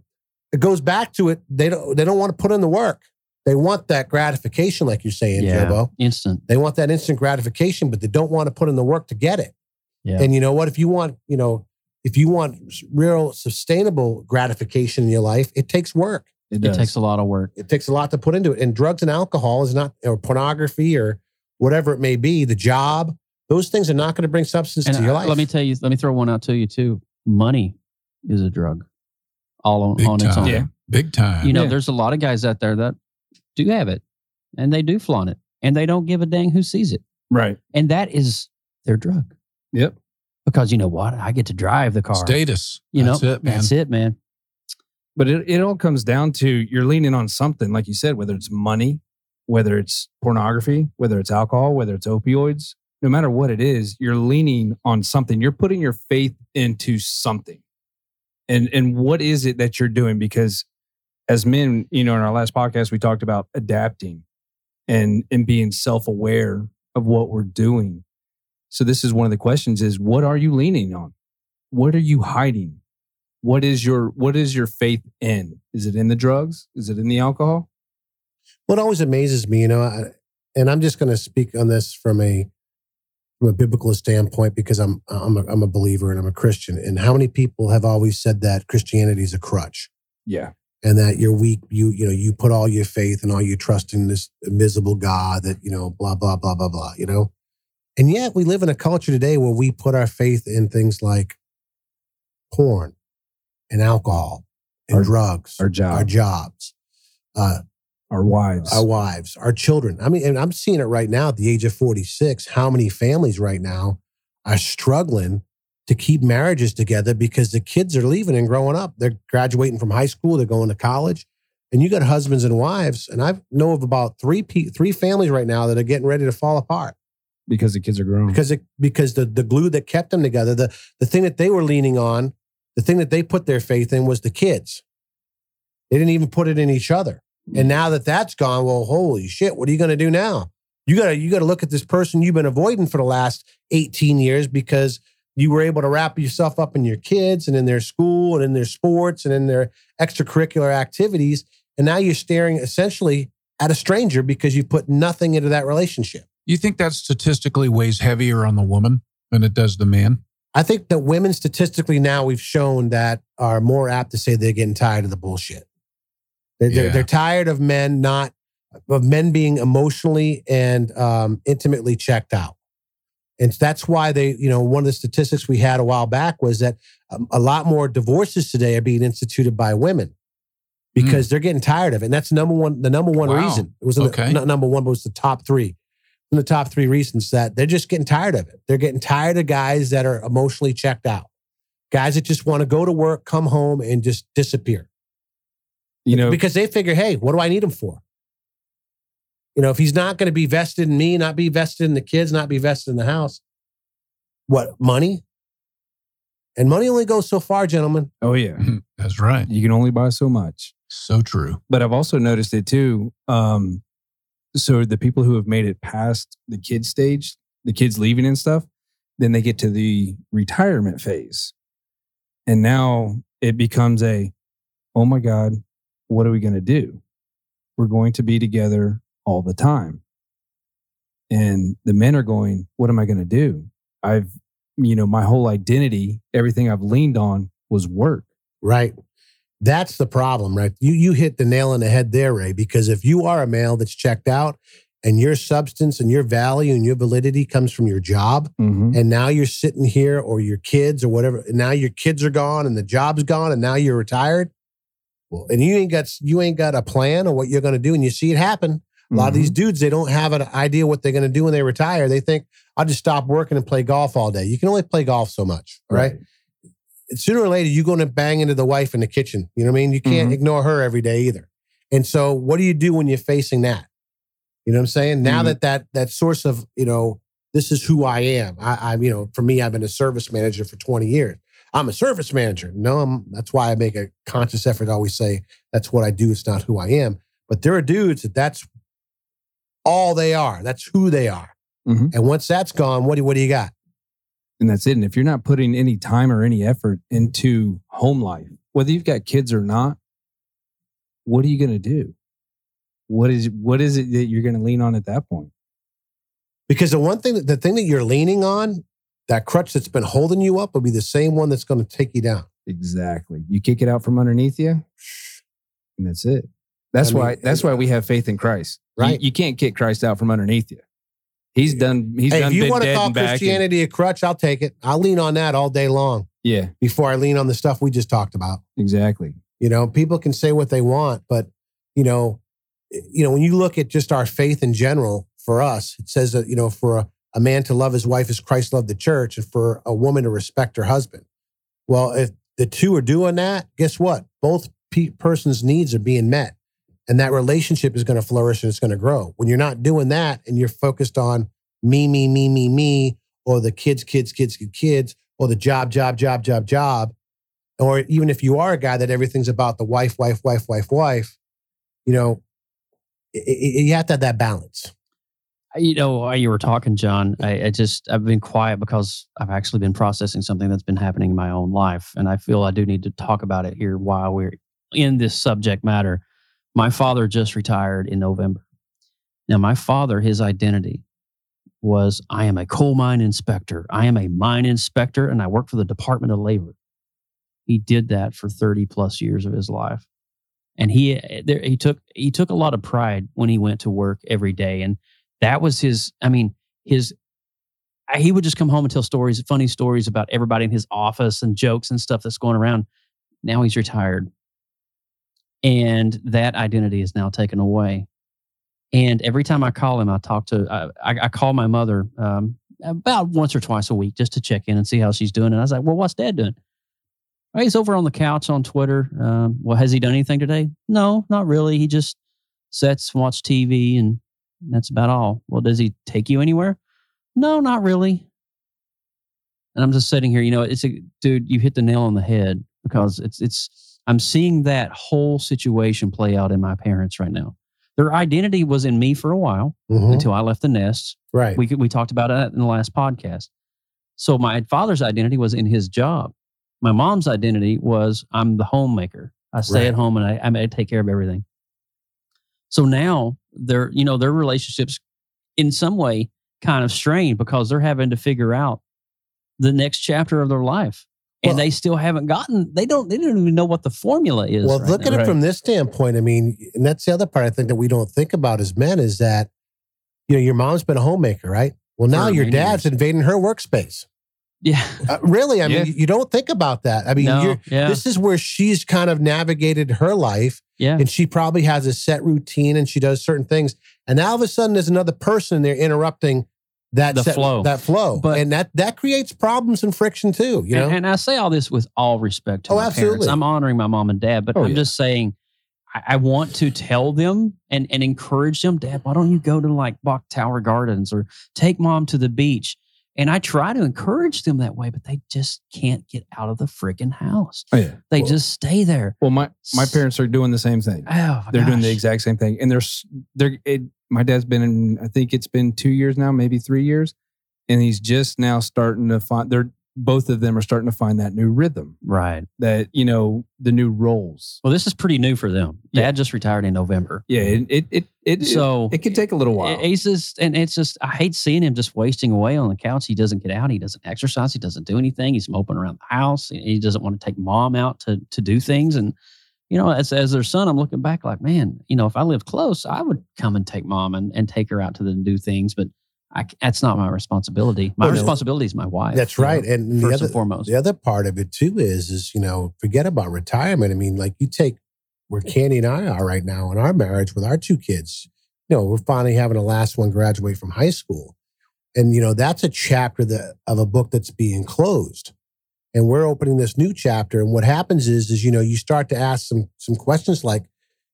[SPEAKER 1] it goes back to it. They don't. They don't want to put in the work. They want that gratification, like you're saying,
[SPEAKER 8] Yeah.
[SPEAKER 1] Jobo.
[SPEAKER 8] Instant.
[SPEAKER 1] They want that instant gratification, but they don't want to put in the work to get it.
[SPEAKER 8] Yeah.
[SPEAKER 1] And you know what? If you want, you know, if you want real sustainable gratification in your life, it takes work.
[SPEAKER 6] It,
[SPEAKER 8] It
[SPEAKER 6] does.
[SPEAKER 8] takes a lot of work.
[SPEAKER 1] It takes a lot to put into it. And drugs and alcohol is not, or pornography or whatever it may be, the job, those things are not going to bring substance
[SPEAKER 8] And
[SPEAKER 1] to your
[SPEAKER 8] I-
[SPEAKER 1] life.
[SPEAKER 8] let me tell you, let me throw one out to you too. Money is a drug all on,
[SPEAKER 7] Big
[SPEAKER 8] on its
[SPEAKER 7] time.
[SPEAKER 8] own.
[SPEAKER 6] Yeah.
[SPEAKER 7] Big time.
[SPEAKER 8] You know,
[SPEAKER 6] Yeah.
[SPEAKER 8] there's a lot of guys out there that do have it and they do flaunt it and they don't give a dang who sees it.
[SPEAKER 6] Right.
[SPEAKER 8] And that is their drug.
[SPEAKER 6] Yep.
[SPEAKER 8] Because you know what? I get to drive the car.
[SPEAKER 7] Status.
[SPEAKER 8] you know,
[SPEAKER 7] That's it, man.
[SPEAKER 8] That's it, man.
[SPEAKER 6] But it, it all comes down to you're leaning on something, like you said, whether it's money, whether it's pornography, whether it's alcohol, whether it's opioids, no matter what it is, you're leaning on something. You're putting your faith into something. And and what is it that you're doing? Because as men, you know, in our last podcast, we talked about adapting and and being self-aware of what we're doing. So this is one of the questions is what are you leaning on? What are you hiding? what is your what is your faith in? Is it in the drugs? Is it in the alcohol?
[SPEAKER 1] what always amazes me, you know, I, and I'm just going to speak on this from a from a biblical standpoint because I'm I'm a, I'm a believer and I'm a Christian. And how many people have always said that Christianity is a crutch
[SPEAKER 6] Yeah.
[SPEAKER 1] and that you're weak. You you know you put all your faith and all your trust in this invisible God that you know blah blah blah blah blah. You know, and yet we live in a culture today where we put our faith in things like porn and alcohol and
[SPEAKER 6] Our-
[SPEAKER 1] drugs,
[SPEAKER 6] Our job,
[SPEAKER 1] our
[SPEAKER 6] our,
[SPEAKER 1] jobs. Uh,
[SPEAKER 6] wives.
[SPEAKER 1] our wives, our children. I mean, and I'm seeing it right now at the age of 46, how many families right now are struggling to keep marriages together because the kids are leaving and growing up. They're graduating from high school, they're going to college. And you got husbands and wives, and I know of about three pe- three families right now that are getting ready to fall apart
[SPEAKER 6] because the kids are grown.
[SPEAKER 1] because it because the the glue that kept them together, the the thing that they were leaning on, the thing that they put their faith in was the kids. They didn't even put it in each other. And now that that's gone, well, holy shit, what are you going to do now? You got to you got to look at this person you've been avoiding for the last 18 years because you were able to wrap yourself up in your kids and in their school and in their sports and in their extracurricular activities and now you're staring essentially at a stranger because you put nothing into that relationship.
[SPEAKER 7] You think that statistically weighs heavier on the woman than it does the man?
[SPEAKER 1] I think that women statistically now we've shown that are more apt to say they're getting tired of the bullshit. They're, they're,
[SPEAKER 7] Yeah.
[SPEAKER 1] they're tired of men not of men being emotionally and um, intimately checked out, and that's why they you know one of the statistics we had a while back was that um, a lot more divorces today are being instituted by women because they're getting tired of it. And that's number one the number one
[SPEAKER 7] Hmm. Wow.
[SPEAKER 1] reason. It was in
[SPEAKER 7] Okay.
[SPEAKER 1] the, not number one, but it was the top three. In the top three reasons that they're just getting tired of it. They're getting tired of guys that are emotionally checked out. Guys that just want to go to work, come home, and just disappear
[SPEAKER 6] You know,
[SPEAKER 1] because they figure, hey, what do I need him for? You know, if he's not going to be vested in me, not be vested in the kids, not be vested in the house, what money? And money only goes so far, gentlemen.
[SPEAKER 6] oh yeah,
[SPEAKER 7] Mm-hmm.
[SPEAKER 8] Mm-hmm.
[SPEAKER 7] That's right.
[SPEAKER 6] you can only buy so much.
[SPEAKER 7] So true.
[SPEAKER 6] But I've also noticed it too. Um, so the people who have made it past the kid stage, the kids leaving and stuff, then they get to the retirement phase, and now it becomes a, oh my god, what are we going to do? We're going to be together all the time, and the men are going, what am I going to do? I've, you know, my whole identity, everything I've leaned on was work.
[SPEAKER 1] Right. That's the problem, right? You you hit the nail on the head there, Ray, because if you are a male that's checked out and your substance and your value and your validity comes from your job,
[SPEAKER 6] Mm-hmm.
[SPEAKER 1] and now you're sitting here or your kids or whatever and now your kids are gone and the job's gone and now you're retired well and you ain't got you ain't got a plan on what you're going to do and you see it happen a lot of these dudes they don't have an idea what they're going to do when they retire they think i'll just stop working and play golf all day you can only play golf so much right, sooner or later you're going to bang into the wife in the kitchen you know what i mean you can't
[SPEAKER 6] Mhm.
[SPEAKER 1] ignore her every day either and so what do you do when you're facing that you know what i'm saying now
[SPEAKER 6] Mhm.
[SPEAKER 1] that that that source of you know this is who I am. I, I, you know, for me, I've been a service manager for 20 years. I'm a service manager. No, I'm, that's why I make a conscious effort to always say that's what I do. It's not who I am. But there are dudes that that's all they are. That's who they are.
[SPEAKER 6] Mhm.
[SPEAKER 1] And once that's gone, what do what do you got?
[SPEAKER 6] and that's it. And if you're not putting any time or any effort into home life, whether you've got kids or not, what are you going to do? What is what is it that you're going to lean on at that point?
[SPEAKER 1] Because the one thing, that, the thing that you're leaning on, that crutch that's been holding you up, will be the same one that's going to take you down.
[SPEAKER 6] Exactly. You kick it out from underneath you, and that's it. That's
[SPEAKER 1] I mean,
[SPEAKER 6] why that's why we have faith in Christ. You-
[SPEAKER 1] Right.
[SPEAKER 6] You, can't kick Christ out from underneath you. He's done. He's
[SPEAKER 1] Hey,
[SPEAKER 6] done.
[SPEAKER 1] if you
[SPEAKER 6] been
[SPEAKER 1] want to
[SPEAKER 6] dead
[SPEAKER 1] call
[SPEAKER 6] and back and-
[SPEAKER 1] Christianity a crutch, I'll take it. I'll lean on that all day long
[SPEAKER 6] yeah,
[SPEAKER 1] before I lean on the stuff we just talked about.
[SPEAKER 6] exactly.
[SPEAKER 1] You know, people can say what they want, but you know, eh, you know, when you look at just our faith in general, for us, it says that you know, for a, a man to love his wife as Christ loved the church, and for a woman to respect her husband. Well, if the two are doing that, guess what? Both pe- persons' needs are being met, and that relationship is going to flourish and it's going to grow. When you're not doing that, and you're focused on me, me, me, me, me, or the kids, kids, kids, kids, kids, or the job, job, job, job, job, or even if you are a guy that everything's about the wife, wife, wife, wife, wife, you know, i- i- you have to have that balance.
[SPEAKER 8] You know, while you were talking, John, I, I just I've been quiet because I've actually been processing something that's been happening in my own life, and I feel I do need to talk about it here while we're in this subject matter. My father just retired in November. Now, my father, his identity was I am a coal mine inspector. I am a mine inspector, and I work for the Department of Labor. He did that for thirty plus years of his life, and he eh, there, he took he took a lot of pride when he went to work every day, and that was his i mean his I- he would just come home and tell stories funny stories about everybody in his office and jokes and stuff that's going around now he's retired and that identity is now taken away and every time i call him i talk to i, I, I call my mother um, about once or twice a week just to check in and see how she's doing and i was like well what's dad doing "Oh, he's over on the couch on twitter um, well has he done anything today no not really he just sits watch tv and that's about all. Well, does he take you anywhere? No, not really. And I'm just sitting here, you know, it's a dude, you hit the nail on the head because it's it's I'm seeing that whole situation play out in my parents right now. Their identity was in me for a while
[SPEAKER 1] Mhm.
[SPEAKER 8] until I left the nest.
[SPEAKER 1] Right.
[SPEAKER 8] Mm-hmm. We could- we talked about that in the last podcast. So my father's identity was in his job. My mom's identity was I'm the homemaker. I stay
[SPEAKER 1] Right.
[SPEAKER 8] at home and I, I, mean, I take care of everything. So now their you know their relationships in some way kind of strained because they're having to figure out the next chapter of their life. And
[SPEAKER 1] Well-
[SPEAKER 8] they still haven't gotten. They don't. They don't even know what the formula is.
[SPEAKER 1] Well,
[SPEAKER 8] right
[SPEAKER 1] look
[SPEAKER 8] now.
[SPEAKER 1] at it from this standpoint. I mean, and that's the other part I think that we don't think about as men is that, you know, your mom's been a homemaker, right? Well, now
[SPEAKER 8] For
[SPEAKER 1] your
[SPEAKER 8] many
[SPEAKER 1] dad's invading her workspace.
[SPEAKER 8] yeah,
[SPEAKER 1] Uh, really? I
[SPEAKER 7] Yeah.
[SPEAKER 1] mean, you- you don't think about that. I mean,
[SPEAKER 8] No,
[SPEAKER 1] you're,
[SPEAKER 8] yeah,
[SPEAKER 1] this is where she's kind of navigated her life
[SPEAKER 8] yeah.
[SPEAKER 1] and she probably has a set routine and she does certain things. And now all of a sudden there's another person there interrupting that
[SPEAKER 8] The
[SPEAKER 1] set-
[SPEAKER 8] flow.
[SPEAKER 1] That flow.
[SPEAKER 8] But-
[SPEAKER 1] and that that creates problems and friction too, you know?
[SPEAKER 8] and, and I say all this with all respect to
[SPEAKER 1] Oh,
[SPEAKER 8] my parents.
[SPEAKER 1] absolutely.
[SPEAKER 8] I'm honoring my mom and dad, but
[SPEAKER 7] Oh,
[SPEAKER 8] I'm
[SPEAKER 7] yeah.
[SPEAKER 8] just saying I, I want to tell them and, and encourage them, Dad, why don't you go to like Bach Tower Gardens or take mom to the beach? And I try to encourage them that way, but they just can't get out of the freaking house.
[SPEAKER 1] Oh,
[SPEAKER 6] yeah.
[SPEAKER 8] They
[SPEAKER 6] Well-
[SPEAKER 8] just stay there.
[SPEAKER 6] Well, my my parents are doing the same thing.
[SPEAKER 8] Oh, my
[SPEAKER 6] They're doing the
[SPEAKER 8] gosh.
[SPEAKER 6] exact same thing, and they're s- they're. It, my dad's been in. I think it's been two years now, maybe three years, and he's just now starting to find. They're both of them are starting to find that new rhythm,
[SPEAKER 8] right.
[SPEAKER 6] that you know, the new roles.
[SPEAKER 8] Well, this is pretty new for them. Dad
[SPEAKER 6] Yeah.
[SPEAKER 8] just retired in November.
[SPEAKER 6] Yeah, it it it, it
[SPEAKER 8] So
[SPEAKER 6] it, can take a little while.
[SPEAKER 8] It- It's just, and it's just, I hate seeing him just wasting away on the couch. He doesn't get out. He doesn't exercise. He doesn't do anything. He's moping around the house. He he doesn't want to take mom out to to do things. And you know, as as their son, I'm looking back like, man, you know, if I lived close, I would come and take mom and, and take her out to the do things. But I, c- that's not my responsibility. My
[SPEAKER 1] Well, no.
[SPEAKER 8] responsibility is my wife.
[SPEAKER 1] That's
[SPEAKER 8] you know,
[SPEAKER 1] right. And the
[SPEAKER 8] first
[SPEAKER 1] other,
[SPEAKER 8] and foremost.
[SPEAKER 1] the other part of it too is, is you know, forget about retirement. I mean, like you take where Candy and I are right now in our marriage with our two kids. You know, we're finally having the last one graduate from high school, and you know that's a chapter that of a book that's being closed, and we're opening this new chapter. And what happens is, is you know, you start to ask some some questions like,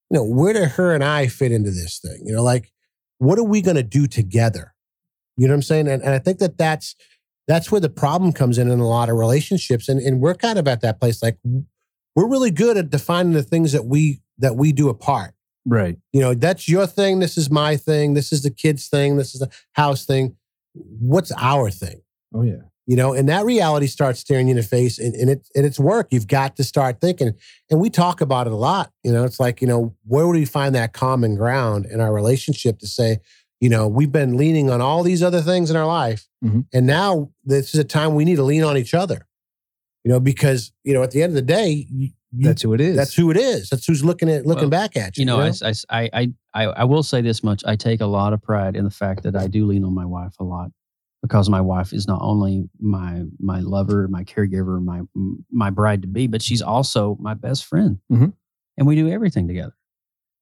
[SPEAKER 1] you know, where do her and I fit into this thing? You know, like what are we going to do together? You know what I'm saying? And, and I think that that's that's where the problem comes in in a lot of relationships and, and we're kind of at that place like we're really good at defining the things that we that we do apart
[SPEAKER 6] right.
[SPEAKER 1] you know that's your thing this is my thing this is the kids thing this is the house thing what's our thing
[SPEAKER 6] Oh yeah.
[SPEAKER 1] you know and that reality starts staring you in the face and, and it and it's work you've got to start thinking and we talk about it a lot you know it's like you know where would we find that common ground in our relationship to say you know we've been leaning on all these other things in our life
[SPEAKER 6] Mhm.
[SPEAKER 1] and now this is a time we need to lean on each other you know because you know at the end of the day you, you-
[SPEAKER 6] That's who it is.
[SPEAKER 1] that's who it is that's who's looking at looking
[SPEAKER 8] Well,
[SPEAKER 1] back at you
[SPEAKER 8] you know, I, I, I, I, I will say this much. I take a lot of pride in the fact that I do lean on my wife a lot because my wife is not only my my lover, my caregiver, my my bride to be, but she's also my best friend,
[SPEAKER 6] Mhm.
[SPEAKER 8] and we do everything together.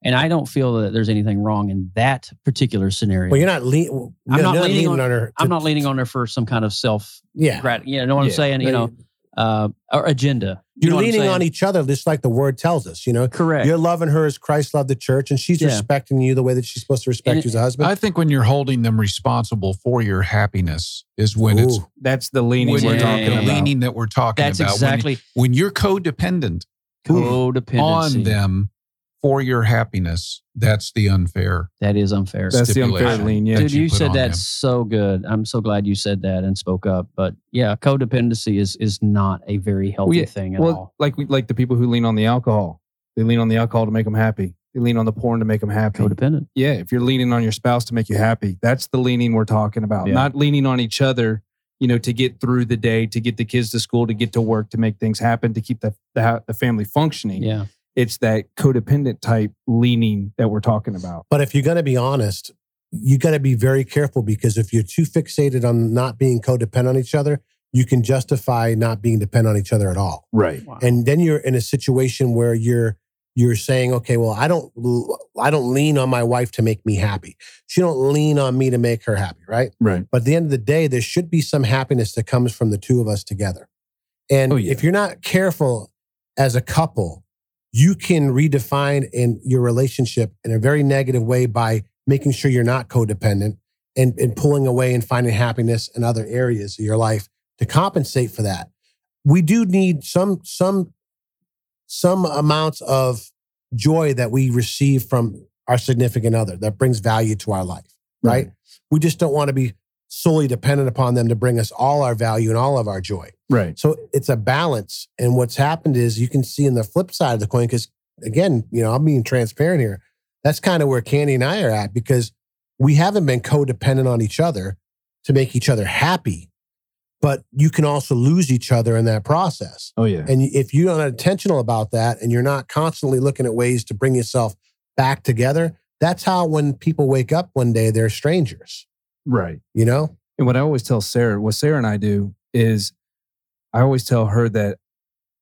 [SPEAKER 8] And I don't feel that there's anything wrong in that particular scenario.
[SPEAKER 1] well you're not, lean, well,
[SPEAKER 8] I'm
[SPEAKER 1] no,
[SPEAKER 8] not
[SPEAKER 1] you're
[SPEAKER 8] leaning on-
[SPEAKER 1] her to-
[SPEAKER 8] I'm not leaning on her for some kind of self
[SPEAKER 1] yeah
[SPEAKER 8] grat. You know what I'm
[SPEAKER 6] Yeah.
[SPEAKER 8] saying? You
[SPEAKER 1] No,
[SPEAKER 8] know, uh, or agenda. You
[SPEAKER 1] you're
[SPEAKER 8] know what I'm
[SPEAKER 1] leaning
[SPEAKER 8] saying?
[SPEAKER 1] on each other just like the word tells us you know
[SPEAKER 8] Correct.
[SPEAKER 1] You're loving her as Christ loved the church, and she's
[SPEAKER 8] Yeah.
[SPEAKER 1] respecting you the way that she's supposed to respect
[SPEAKER 8] And
[SPEAKER 1] you as a husband.
[SPEAKER 7] I think when you're holding them responsible for your happiness is when it's
[SPEAKER 1] Ooh,
[SPEAKER 6] That's the leaning
[SPEAKER 7] when
[SPEAKER 6] we're
[SPEAKER 7] you're-
[SPEAKER 6] talking
[SPEAKER 7] the
[SPEAKER 6] about.
[SPEAKER 7] leaning that we're talking
[SPEAKER 8] That's
[SPEAKER 7] about. When-
[SPEAKER 8] exactly
[SPEAKER 7] when, you're codependent
[SPEAKER 8] codependency.
[SPEAKER 7] on them for your happiness. That's the unfair.
[SPEAKER 8] That is unfair.
[SPEAKER 6] That's the unfair
[SPEAKER 7] stipulation
[SPEAKER 6] lean. Yeah.
[SPEAKER 7] that
[SPEAKER 8] Dude, you
[SPEAKER 7] put
[SPEAKER 8] said
[SPEAKER 7] on
[SPEAKER 8] that
[SPEAKER 7] them.
[SPEAKER 8] so good. I'm so glad you said that and spoke up. But yeah, codependency is is not a very healthy
[SPEAKER 6] Well, yeah.
[SPEAKER 8] thing at all.
[SPEAKER 6] Well, like we, like the people who lean on the alcohol, they lean on the alcohol to make them happy. They lean on the porn to make them happy.
[SPEAKER 8] Codependent.
[SPEAKER 6] Yeah, if you're leaning on your spouse to make you happy, that's the leaning we're talking about.
[SPEAKER 8] Yeah.
[SPEAKER 6] Not leaning on each other, you know, to get through the day, to get the kids to school, to get to work, to make things happen, to keep the the, ha- the family functioning.
[SPEAKER 8] Yeah.
[SPEAKER 6] It's that codependent type leaning that we're talking about.
[SPEAKER 1] But if you're going to be honest, you got to be very careful because if you're too fixated on not being codependent on each other, you can justify not being dependent on each other at all.
[SPEAKER 6] Right.
[SPEAKER 8] Wow.
[SPEAKER 1] And then you're in a situation where you're you're saying, okay, well, I don't I don't lean on my wife to make me happy. She don't lean on me to make her happy, right?
[SPEAKER 6] Right.
[SPEAKER 1] But at the end of the day, there should be some happiness that comes from the two of us together. And
[SPEAKER 6] Oh, yeah.
[SPEAKER 1] if you're not careful as a couple, you can redefine in your relationship in a very negative way by making sure you're not codependent and, and pulling away and finding happiness in other areas of your life to compensate for that. We do need some some some amounts of joy that we receive from our significant other that brings value to our life, right? We just don't want to be solely dependent upon them to bring us all our value and all of our joy.
[SPEAKER 6] Right.
[SPEAKER 1] So it's a balance. And what's happened is you can see in the flip side of the coin, because again, you know, I'm being transparent here. That's kind of where Candy and I are at because we haven't been codependent on each other to make each other happy. But you can also lose each other in that process.
[SPEAKER 6] Oh yeah.
[SPEAKER 1] And if you're not intentional about that and you're not constantly looking at ways to bring yourself back together, that's how when people wake up one day, they're strangers,
[SPEAKER 6] Right.
[SPEAKER 1] you know?
[SPEAKER 6] And what I always tell Sarah, what Sarah and I do is I always tell her that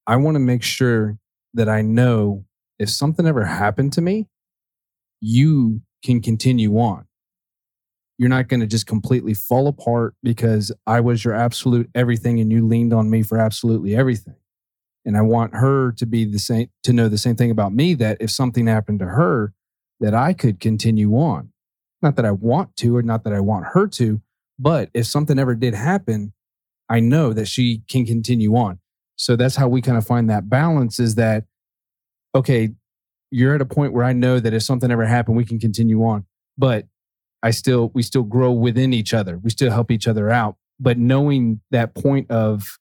[SPEAKER 6] I want to make sure that I know if something ever happened to me, you can continue on. You're not going to just completely fall apart because I was your absolute everything and you leaned on me for absolutely everything. And I want her to be the same, to know the same thing about me that if something happened to her, that I could continue on. Not that I want to, or not that I want her to, but if something ever did happen, I know that she can continue on. So that's how we kind of find that balance is that, okay, you're at a point where I know that if something ever happened, we can continue on. But I still, we still grow within each other. We still help each other out. But knowing that point of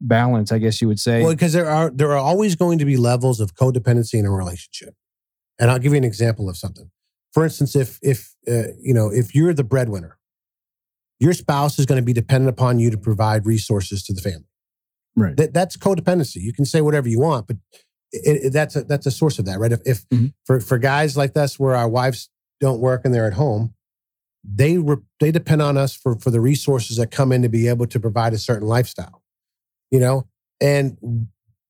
[SPEAKER 6] balance, I guess you would say,
[SPEAKER 1] Well, because there are there are always going to be levels of codependency in a relationship, and I'll give you an example of something. For instance, if if uh, you know if you're the breadwinner, your spouse is going to be dependent upon you to provide resources to the family.
[SPEAKER 6] Right.
[SPEAKER 1] That that's codependency. You can say whatever you want, but it, it, that's a, that's a source of that, right? If, if
[SPEAKER 6] Mhm.
[SPEAKER 1] for for guys like us, where our wives don't work and they're at home, they re, they depend on us for for the resources that come in to be able to provide a certain lifestyle, you know. And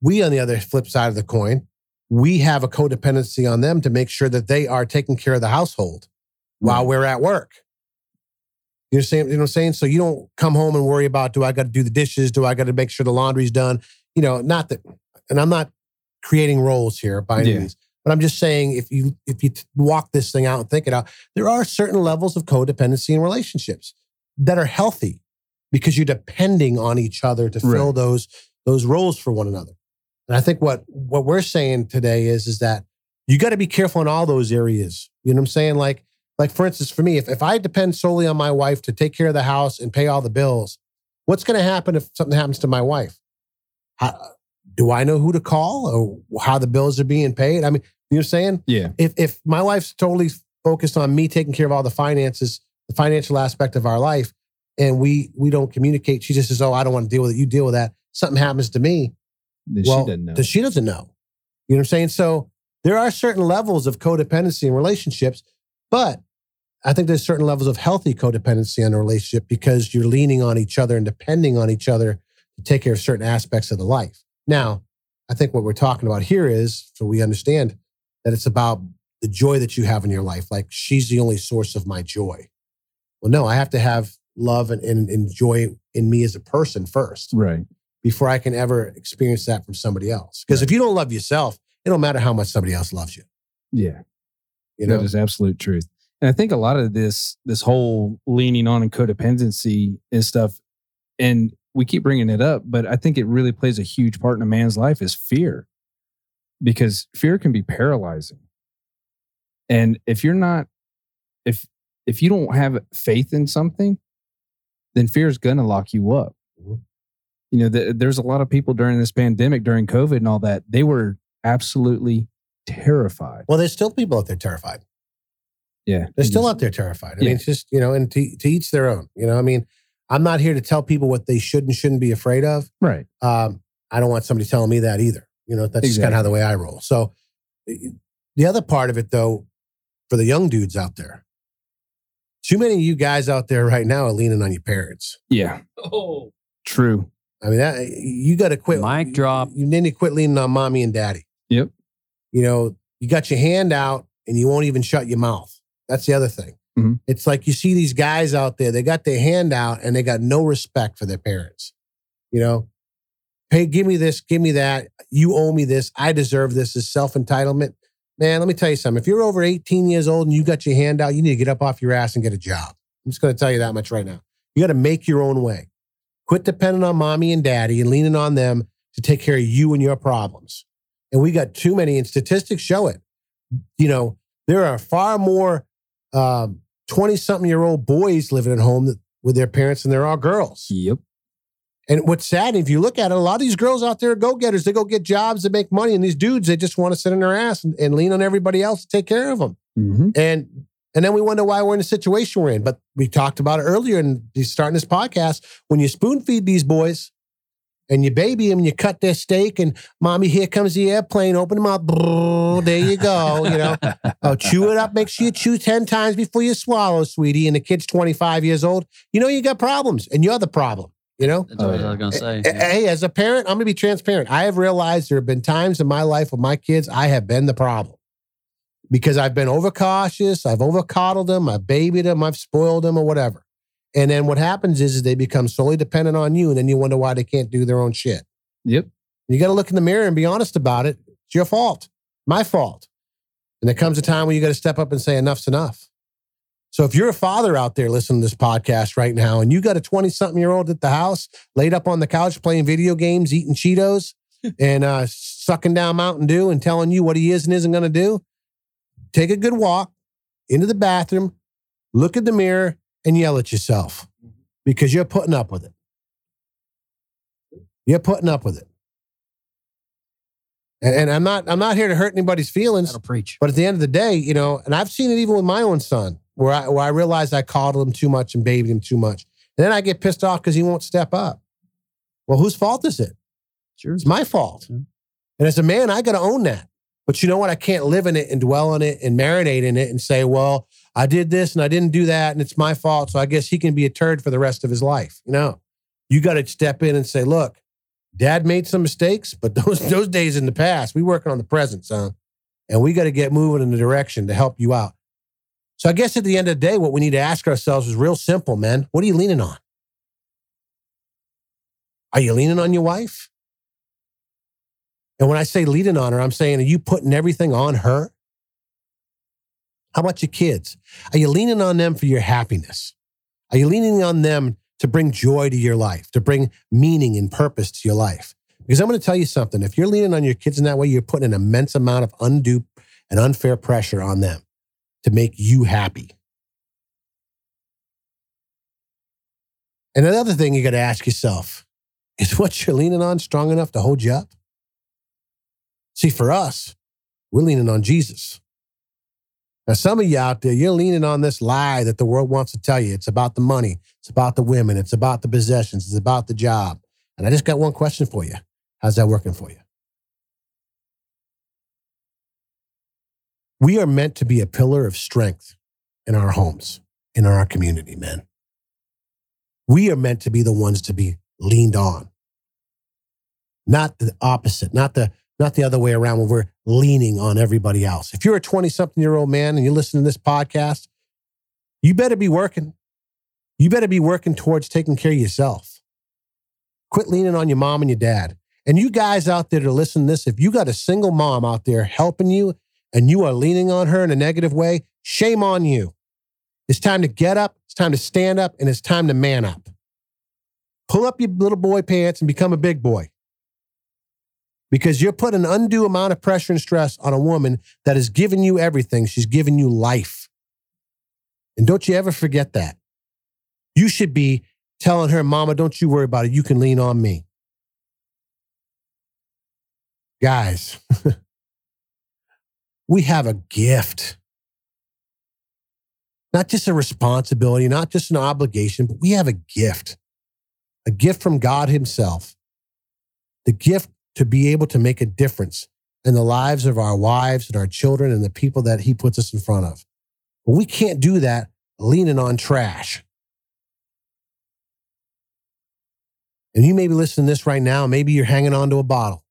[SPEAKER 1] we, on the other flip side of the coin, we have a codependency on them to make sure that they are taking care of the household while we're at work. You know, what I'm saying, you know what I'm saying? So you don't come home and worry about do I got to do the dishes? Do I got to make sure the laundry's done? You know, not that, and I'm not creating roles here by any
[SPEAKER 6] Yeah.
[SPEAKER 1] means, but I'm just saying if you if you t- walk this thing out and think it out, there are certain levels of codependency in relationships that are healthy because you're depending on each other to fill
[SPEAKER 6] Right.
[SPEAKER 1] those those roles for one another. And I think what what we're saying today is is that you got to be careful in all those areas. You know what I'm saying? Like like for instance, for me, if, if I depend solely on my wife to take care of the house and pay all the bills, what's going to happen if something happens to my wife? How, do I know who to call or how the bills are being paid? I mean, you know what I'm saying?
[SPEAKER 6] yeah,
[SPEAKER 1] If if my wife's totally focused on me taking care of all the finances, the financial aspect of our life, and we we don't communicate, she just says, "Oh, I don't want to deal with it. You deal with that." Something happens to me,
[SPEAKER 6] that
[SPEAKER 1] well,
[SPEAKER 6] she doesn't know.
[SPEAKER 1] that she doesn't know. You know what I'm saying? So there are certain levels of codependency in relationships, but I think there's certain levels of healthy codependency in a relationship because you're leaning on each other and depending on each other to take care of certain aspects of the life. Now, I think what we're talking about here is so we understand that it's about the joy that you have in your life. Like she's the only source of my joy. Well, no, I have to have love and, and, and joy in me as a person first
[SPEAKER 6] right.
[SPEAKER 1] before I can ever experience that from somebody else. Because if you don't love yourself, it don't matter how much somebody else loves you.
[SPEAKER 6] Yeah.
[SPEAKER 1] You know,
[SPEAKER 6] that is absolute truth. And I think a lot of this, this whole leaning on and codependency and stuff, and we keep bringing it up, but I think it really plays a huge part in a man's life is fear, because fear can be paralyzing. And if you're not, if if you don't have faith in something, then fear is going to lock you up.
[SPEAKER 1] Mhm.
[SPEAKER 6] You know, th- there's a lot of people during this pandemic, during COVID and all that, they were absolutely terrified.
[SPEAKER 1] well, there's still people out there terrified.
[SPEAKER 6] Yeah,
[SPEAKER 1] They're
[SPEAKER 6] and
[SPEAKER 1] still
[SPEAKER 6] just-
[SPEAKER 1] out there terrified. I
[SPEAKER 6] Yeah.
[SPEAKER 1] mean, it's just you know, and to, to each their own. You know, I mean, I'm not here to tell people what they should and shouldn't be afraid of.
[SPEAKER 6] right.
[SPEAKER 1] Um, I don't want somebody telling me that either. You know, that's just kind of
[SPEAKER 6] Exactly.
[SPEAKER 1] how the way I roll. So, the other part of it though, for the young dudes out there, too many of you guys out there right now are leaning on your parents.
[SPEAKER 6] Yeah,
[SPEAKER 8] Oh,
[SPEAKER 6] true.
[SPEAKER 1] I mean, that, eh, you got to quit.
[SPEAKER 8] Mic drop.
[SPEAKER 1] You need to quit leaning on mommy and daddy.
[SPEAKER 6] Yep.
[SPEAKER 1] You know, you got your hand out and you won't even shut your mouth. That's the other thing.
[SPEAKER 8] Mm-hmm.
[SPEAKER 6] Mhm.
[SPEAKER 1] It's like you see these guys out there, they got their hand out and they got no respect for their parents. You know, hey, give me this, give me that. You owe me this. I deserve this. Is self entitlement. Man, let me tell you something. If you're over 18 years old and you got your hand out, you need to get up off your ass and get a job. I'm just going to tell you that much right now. You got to make your own way. Quit depending on mommy and daddy and leaning on them to take care of you and your problems. And we got too many, and statistics show it. You know, there are far more 20 something year old boys living at home that, with their parents than there are girls.
[SPEAKER 6] Yep.
[SPEAKER 1] And what's sad, if you look at it, a lot of these girls out there are go getters. They go get jobs and make money. And these dudes, they just want to sit on their ass and, and lean on everybody else to take care of them.
[SPEAKER 6] Mm-hmm.
[SPEAKER 1] And and then we wonder why we're in the situation we're in. But we talked about it earlier in the- starting this podcast. When you spoon feed these boys and you baby them and you cut their steak and mommy, here comes the airplane, open them up. brrr, there you go. You know, oh, chew it up. Make sure you chew 10 times before you swallow, sweetie. And the kid's 25 years old. You know, you got problems and you're the problem, you know?
[SPEAKER 8] That's what I was gonna say.
[SPEAKER 1] A- Hey, as a parent, I'm going to be transparent. I have realized there have been times in my life with my kids, I have been the problem because I've been overcautious. I've overcoddled them. I've babied them. I've spoiled them or whatever. And then what happens is, is they become solely dependent on you. And then you wonder why they can't do their own shit.
[SPEAKER 6] Yep.
[SPEAKER 1] You got to look in the mirror and be honest about it. It's your fault, my fault. And there comes a time when you got to step up and say, enough's enough. So if you're a father out there listening to this podcast right now and you got a 20 something year old at the house laid up on the couch playing video games, eating Cheetos, and uh, sucking down Mountain Dew and telling you what he is and isn't going to do, take a good walk into the bathroom, look in the mirror, and yell at yourself because you're putting up with it. You're putting up with it. And, and I'm not I'm not here to hurt anybody's feelings.
[SPEAKER 8] That'll preach.
[SPEAKER 1] But at the end of the day, you know, and I've seen it even with my own son, where I where I realized I coddled him too much and babied him too much. And then I get pissed off because he won't step up. Well, whose fault is it?
[SPEAKER 8] Sure.
[SPEAKER 1] It's my fault.
[SPEAKER 8] Yeah.
[SPEAKER 1] And as a man, I gotta own that. But you know what? I can't live in it and dwell on it and marinate in it and say, well, I did this and I didn't do that and it's my fault. So I guess he can be a turd for the rest of his life. No. You gotta step in and say, look, dad made some mistakes, but those those days in the past, we working on the present, son and we got to get moving in the direction to help you out. So I guess at the end of the day, what we need to ask ourselves is real simple, man. What are you leaning on? Are you leaning on your wife? And when I say leaning on her, I'm saying, are you putting everything on her? How about your kids? Are you leaning on them for your happiness? Are you leaning on them to bring joy to your life, to bring meaning and purpose to your life? Because I'm going to tell you something. If you're leaning on your kids in that way, you're putting an immense amount of undue and unfair pressure on them to make you happy. And another thing you got to ask yourself is what you're leaning on strong enough to hold you up? See, for us, we're leaning on Jesus. Now, some of you out there, you're leaning on this lie that the world wants to tell you. It's about the money, it's about the women, it's about the possessions, it's about the job. And I just got one question for you. How's that working for you? We are meant to be a pillar of strength in our homes, in our community, men. We are meant to be the ones to be leaned on. Not the opposite, not the not the other way around where we're leaning on everybody else. If you're a 20 something year old man and you're listening to this podcast, you better be working. You better be working towards taking care of yourself. Quit leaning on your mom and your dad. And you guys out there to listen to this, if you got a single mom out there helping you and you are leaning on her in a negative way, shame on you. It's time to get up, it's time to stand up, and it's time to man up. Pull up your little boy pants and become a big boy. Because you're putting an undue amount of pressure and stress on a woman that has given you everything. She's given you life. And don't you ever forget that. You should be telling her, Mama, don't you worry about it. You can lean on me. Guys, we have a gift. Not just a responsibility, not just an obligation, but we have a gift, a gift from God Himself, the gift to be able to make a difference in the lives of our wives and our children and the people that He puts us in front of. But we can't do that leaning on trash. And you may be listening to this right now. Maybe you're hanging on to a bottle.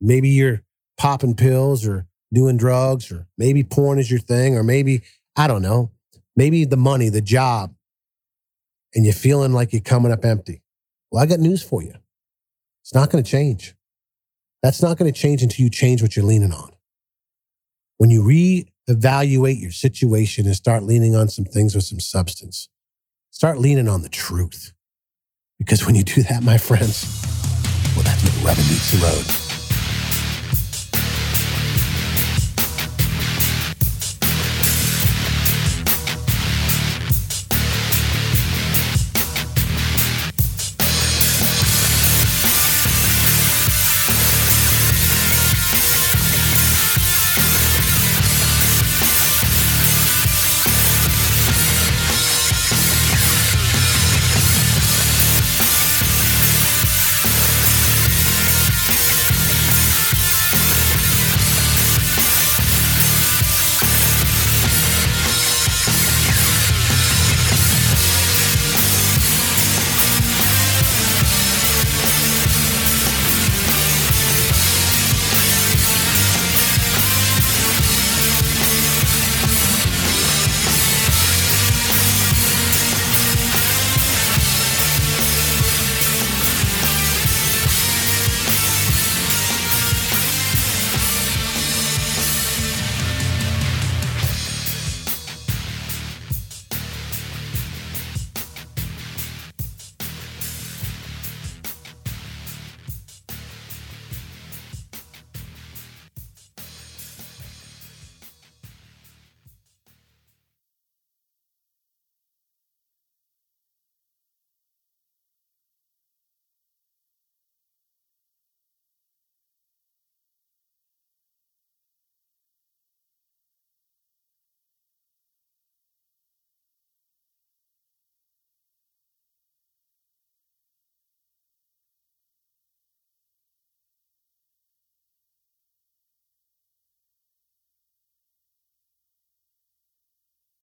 [SPEAKER 1] Maybe you're popping pills or doing drugs, or maybe porn is your thing, or maybe, I don't know, maybe the money, the job, and you're feeling like you're coming up empty. Well, I got news for you. It's not going to change. That's not going to change until you change what you're leaning on. When you re evaluate your situation and start leaning on some things with some substance. Start leaning on the truth. Because when you do that, my friends, well, that's when the rubber meets the road.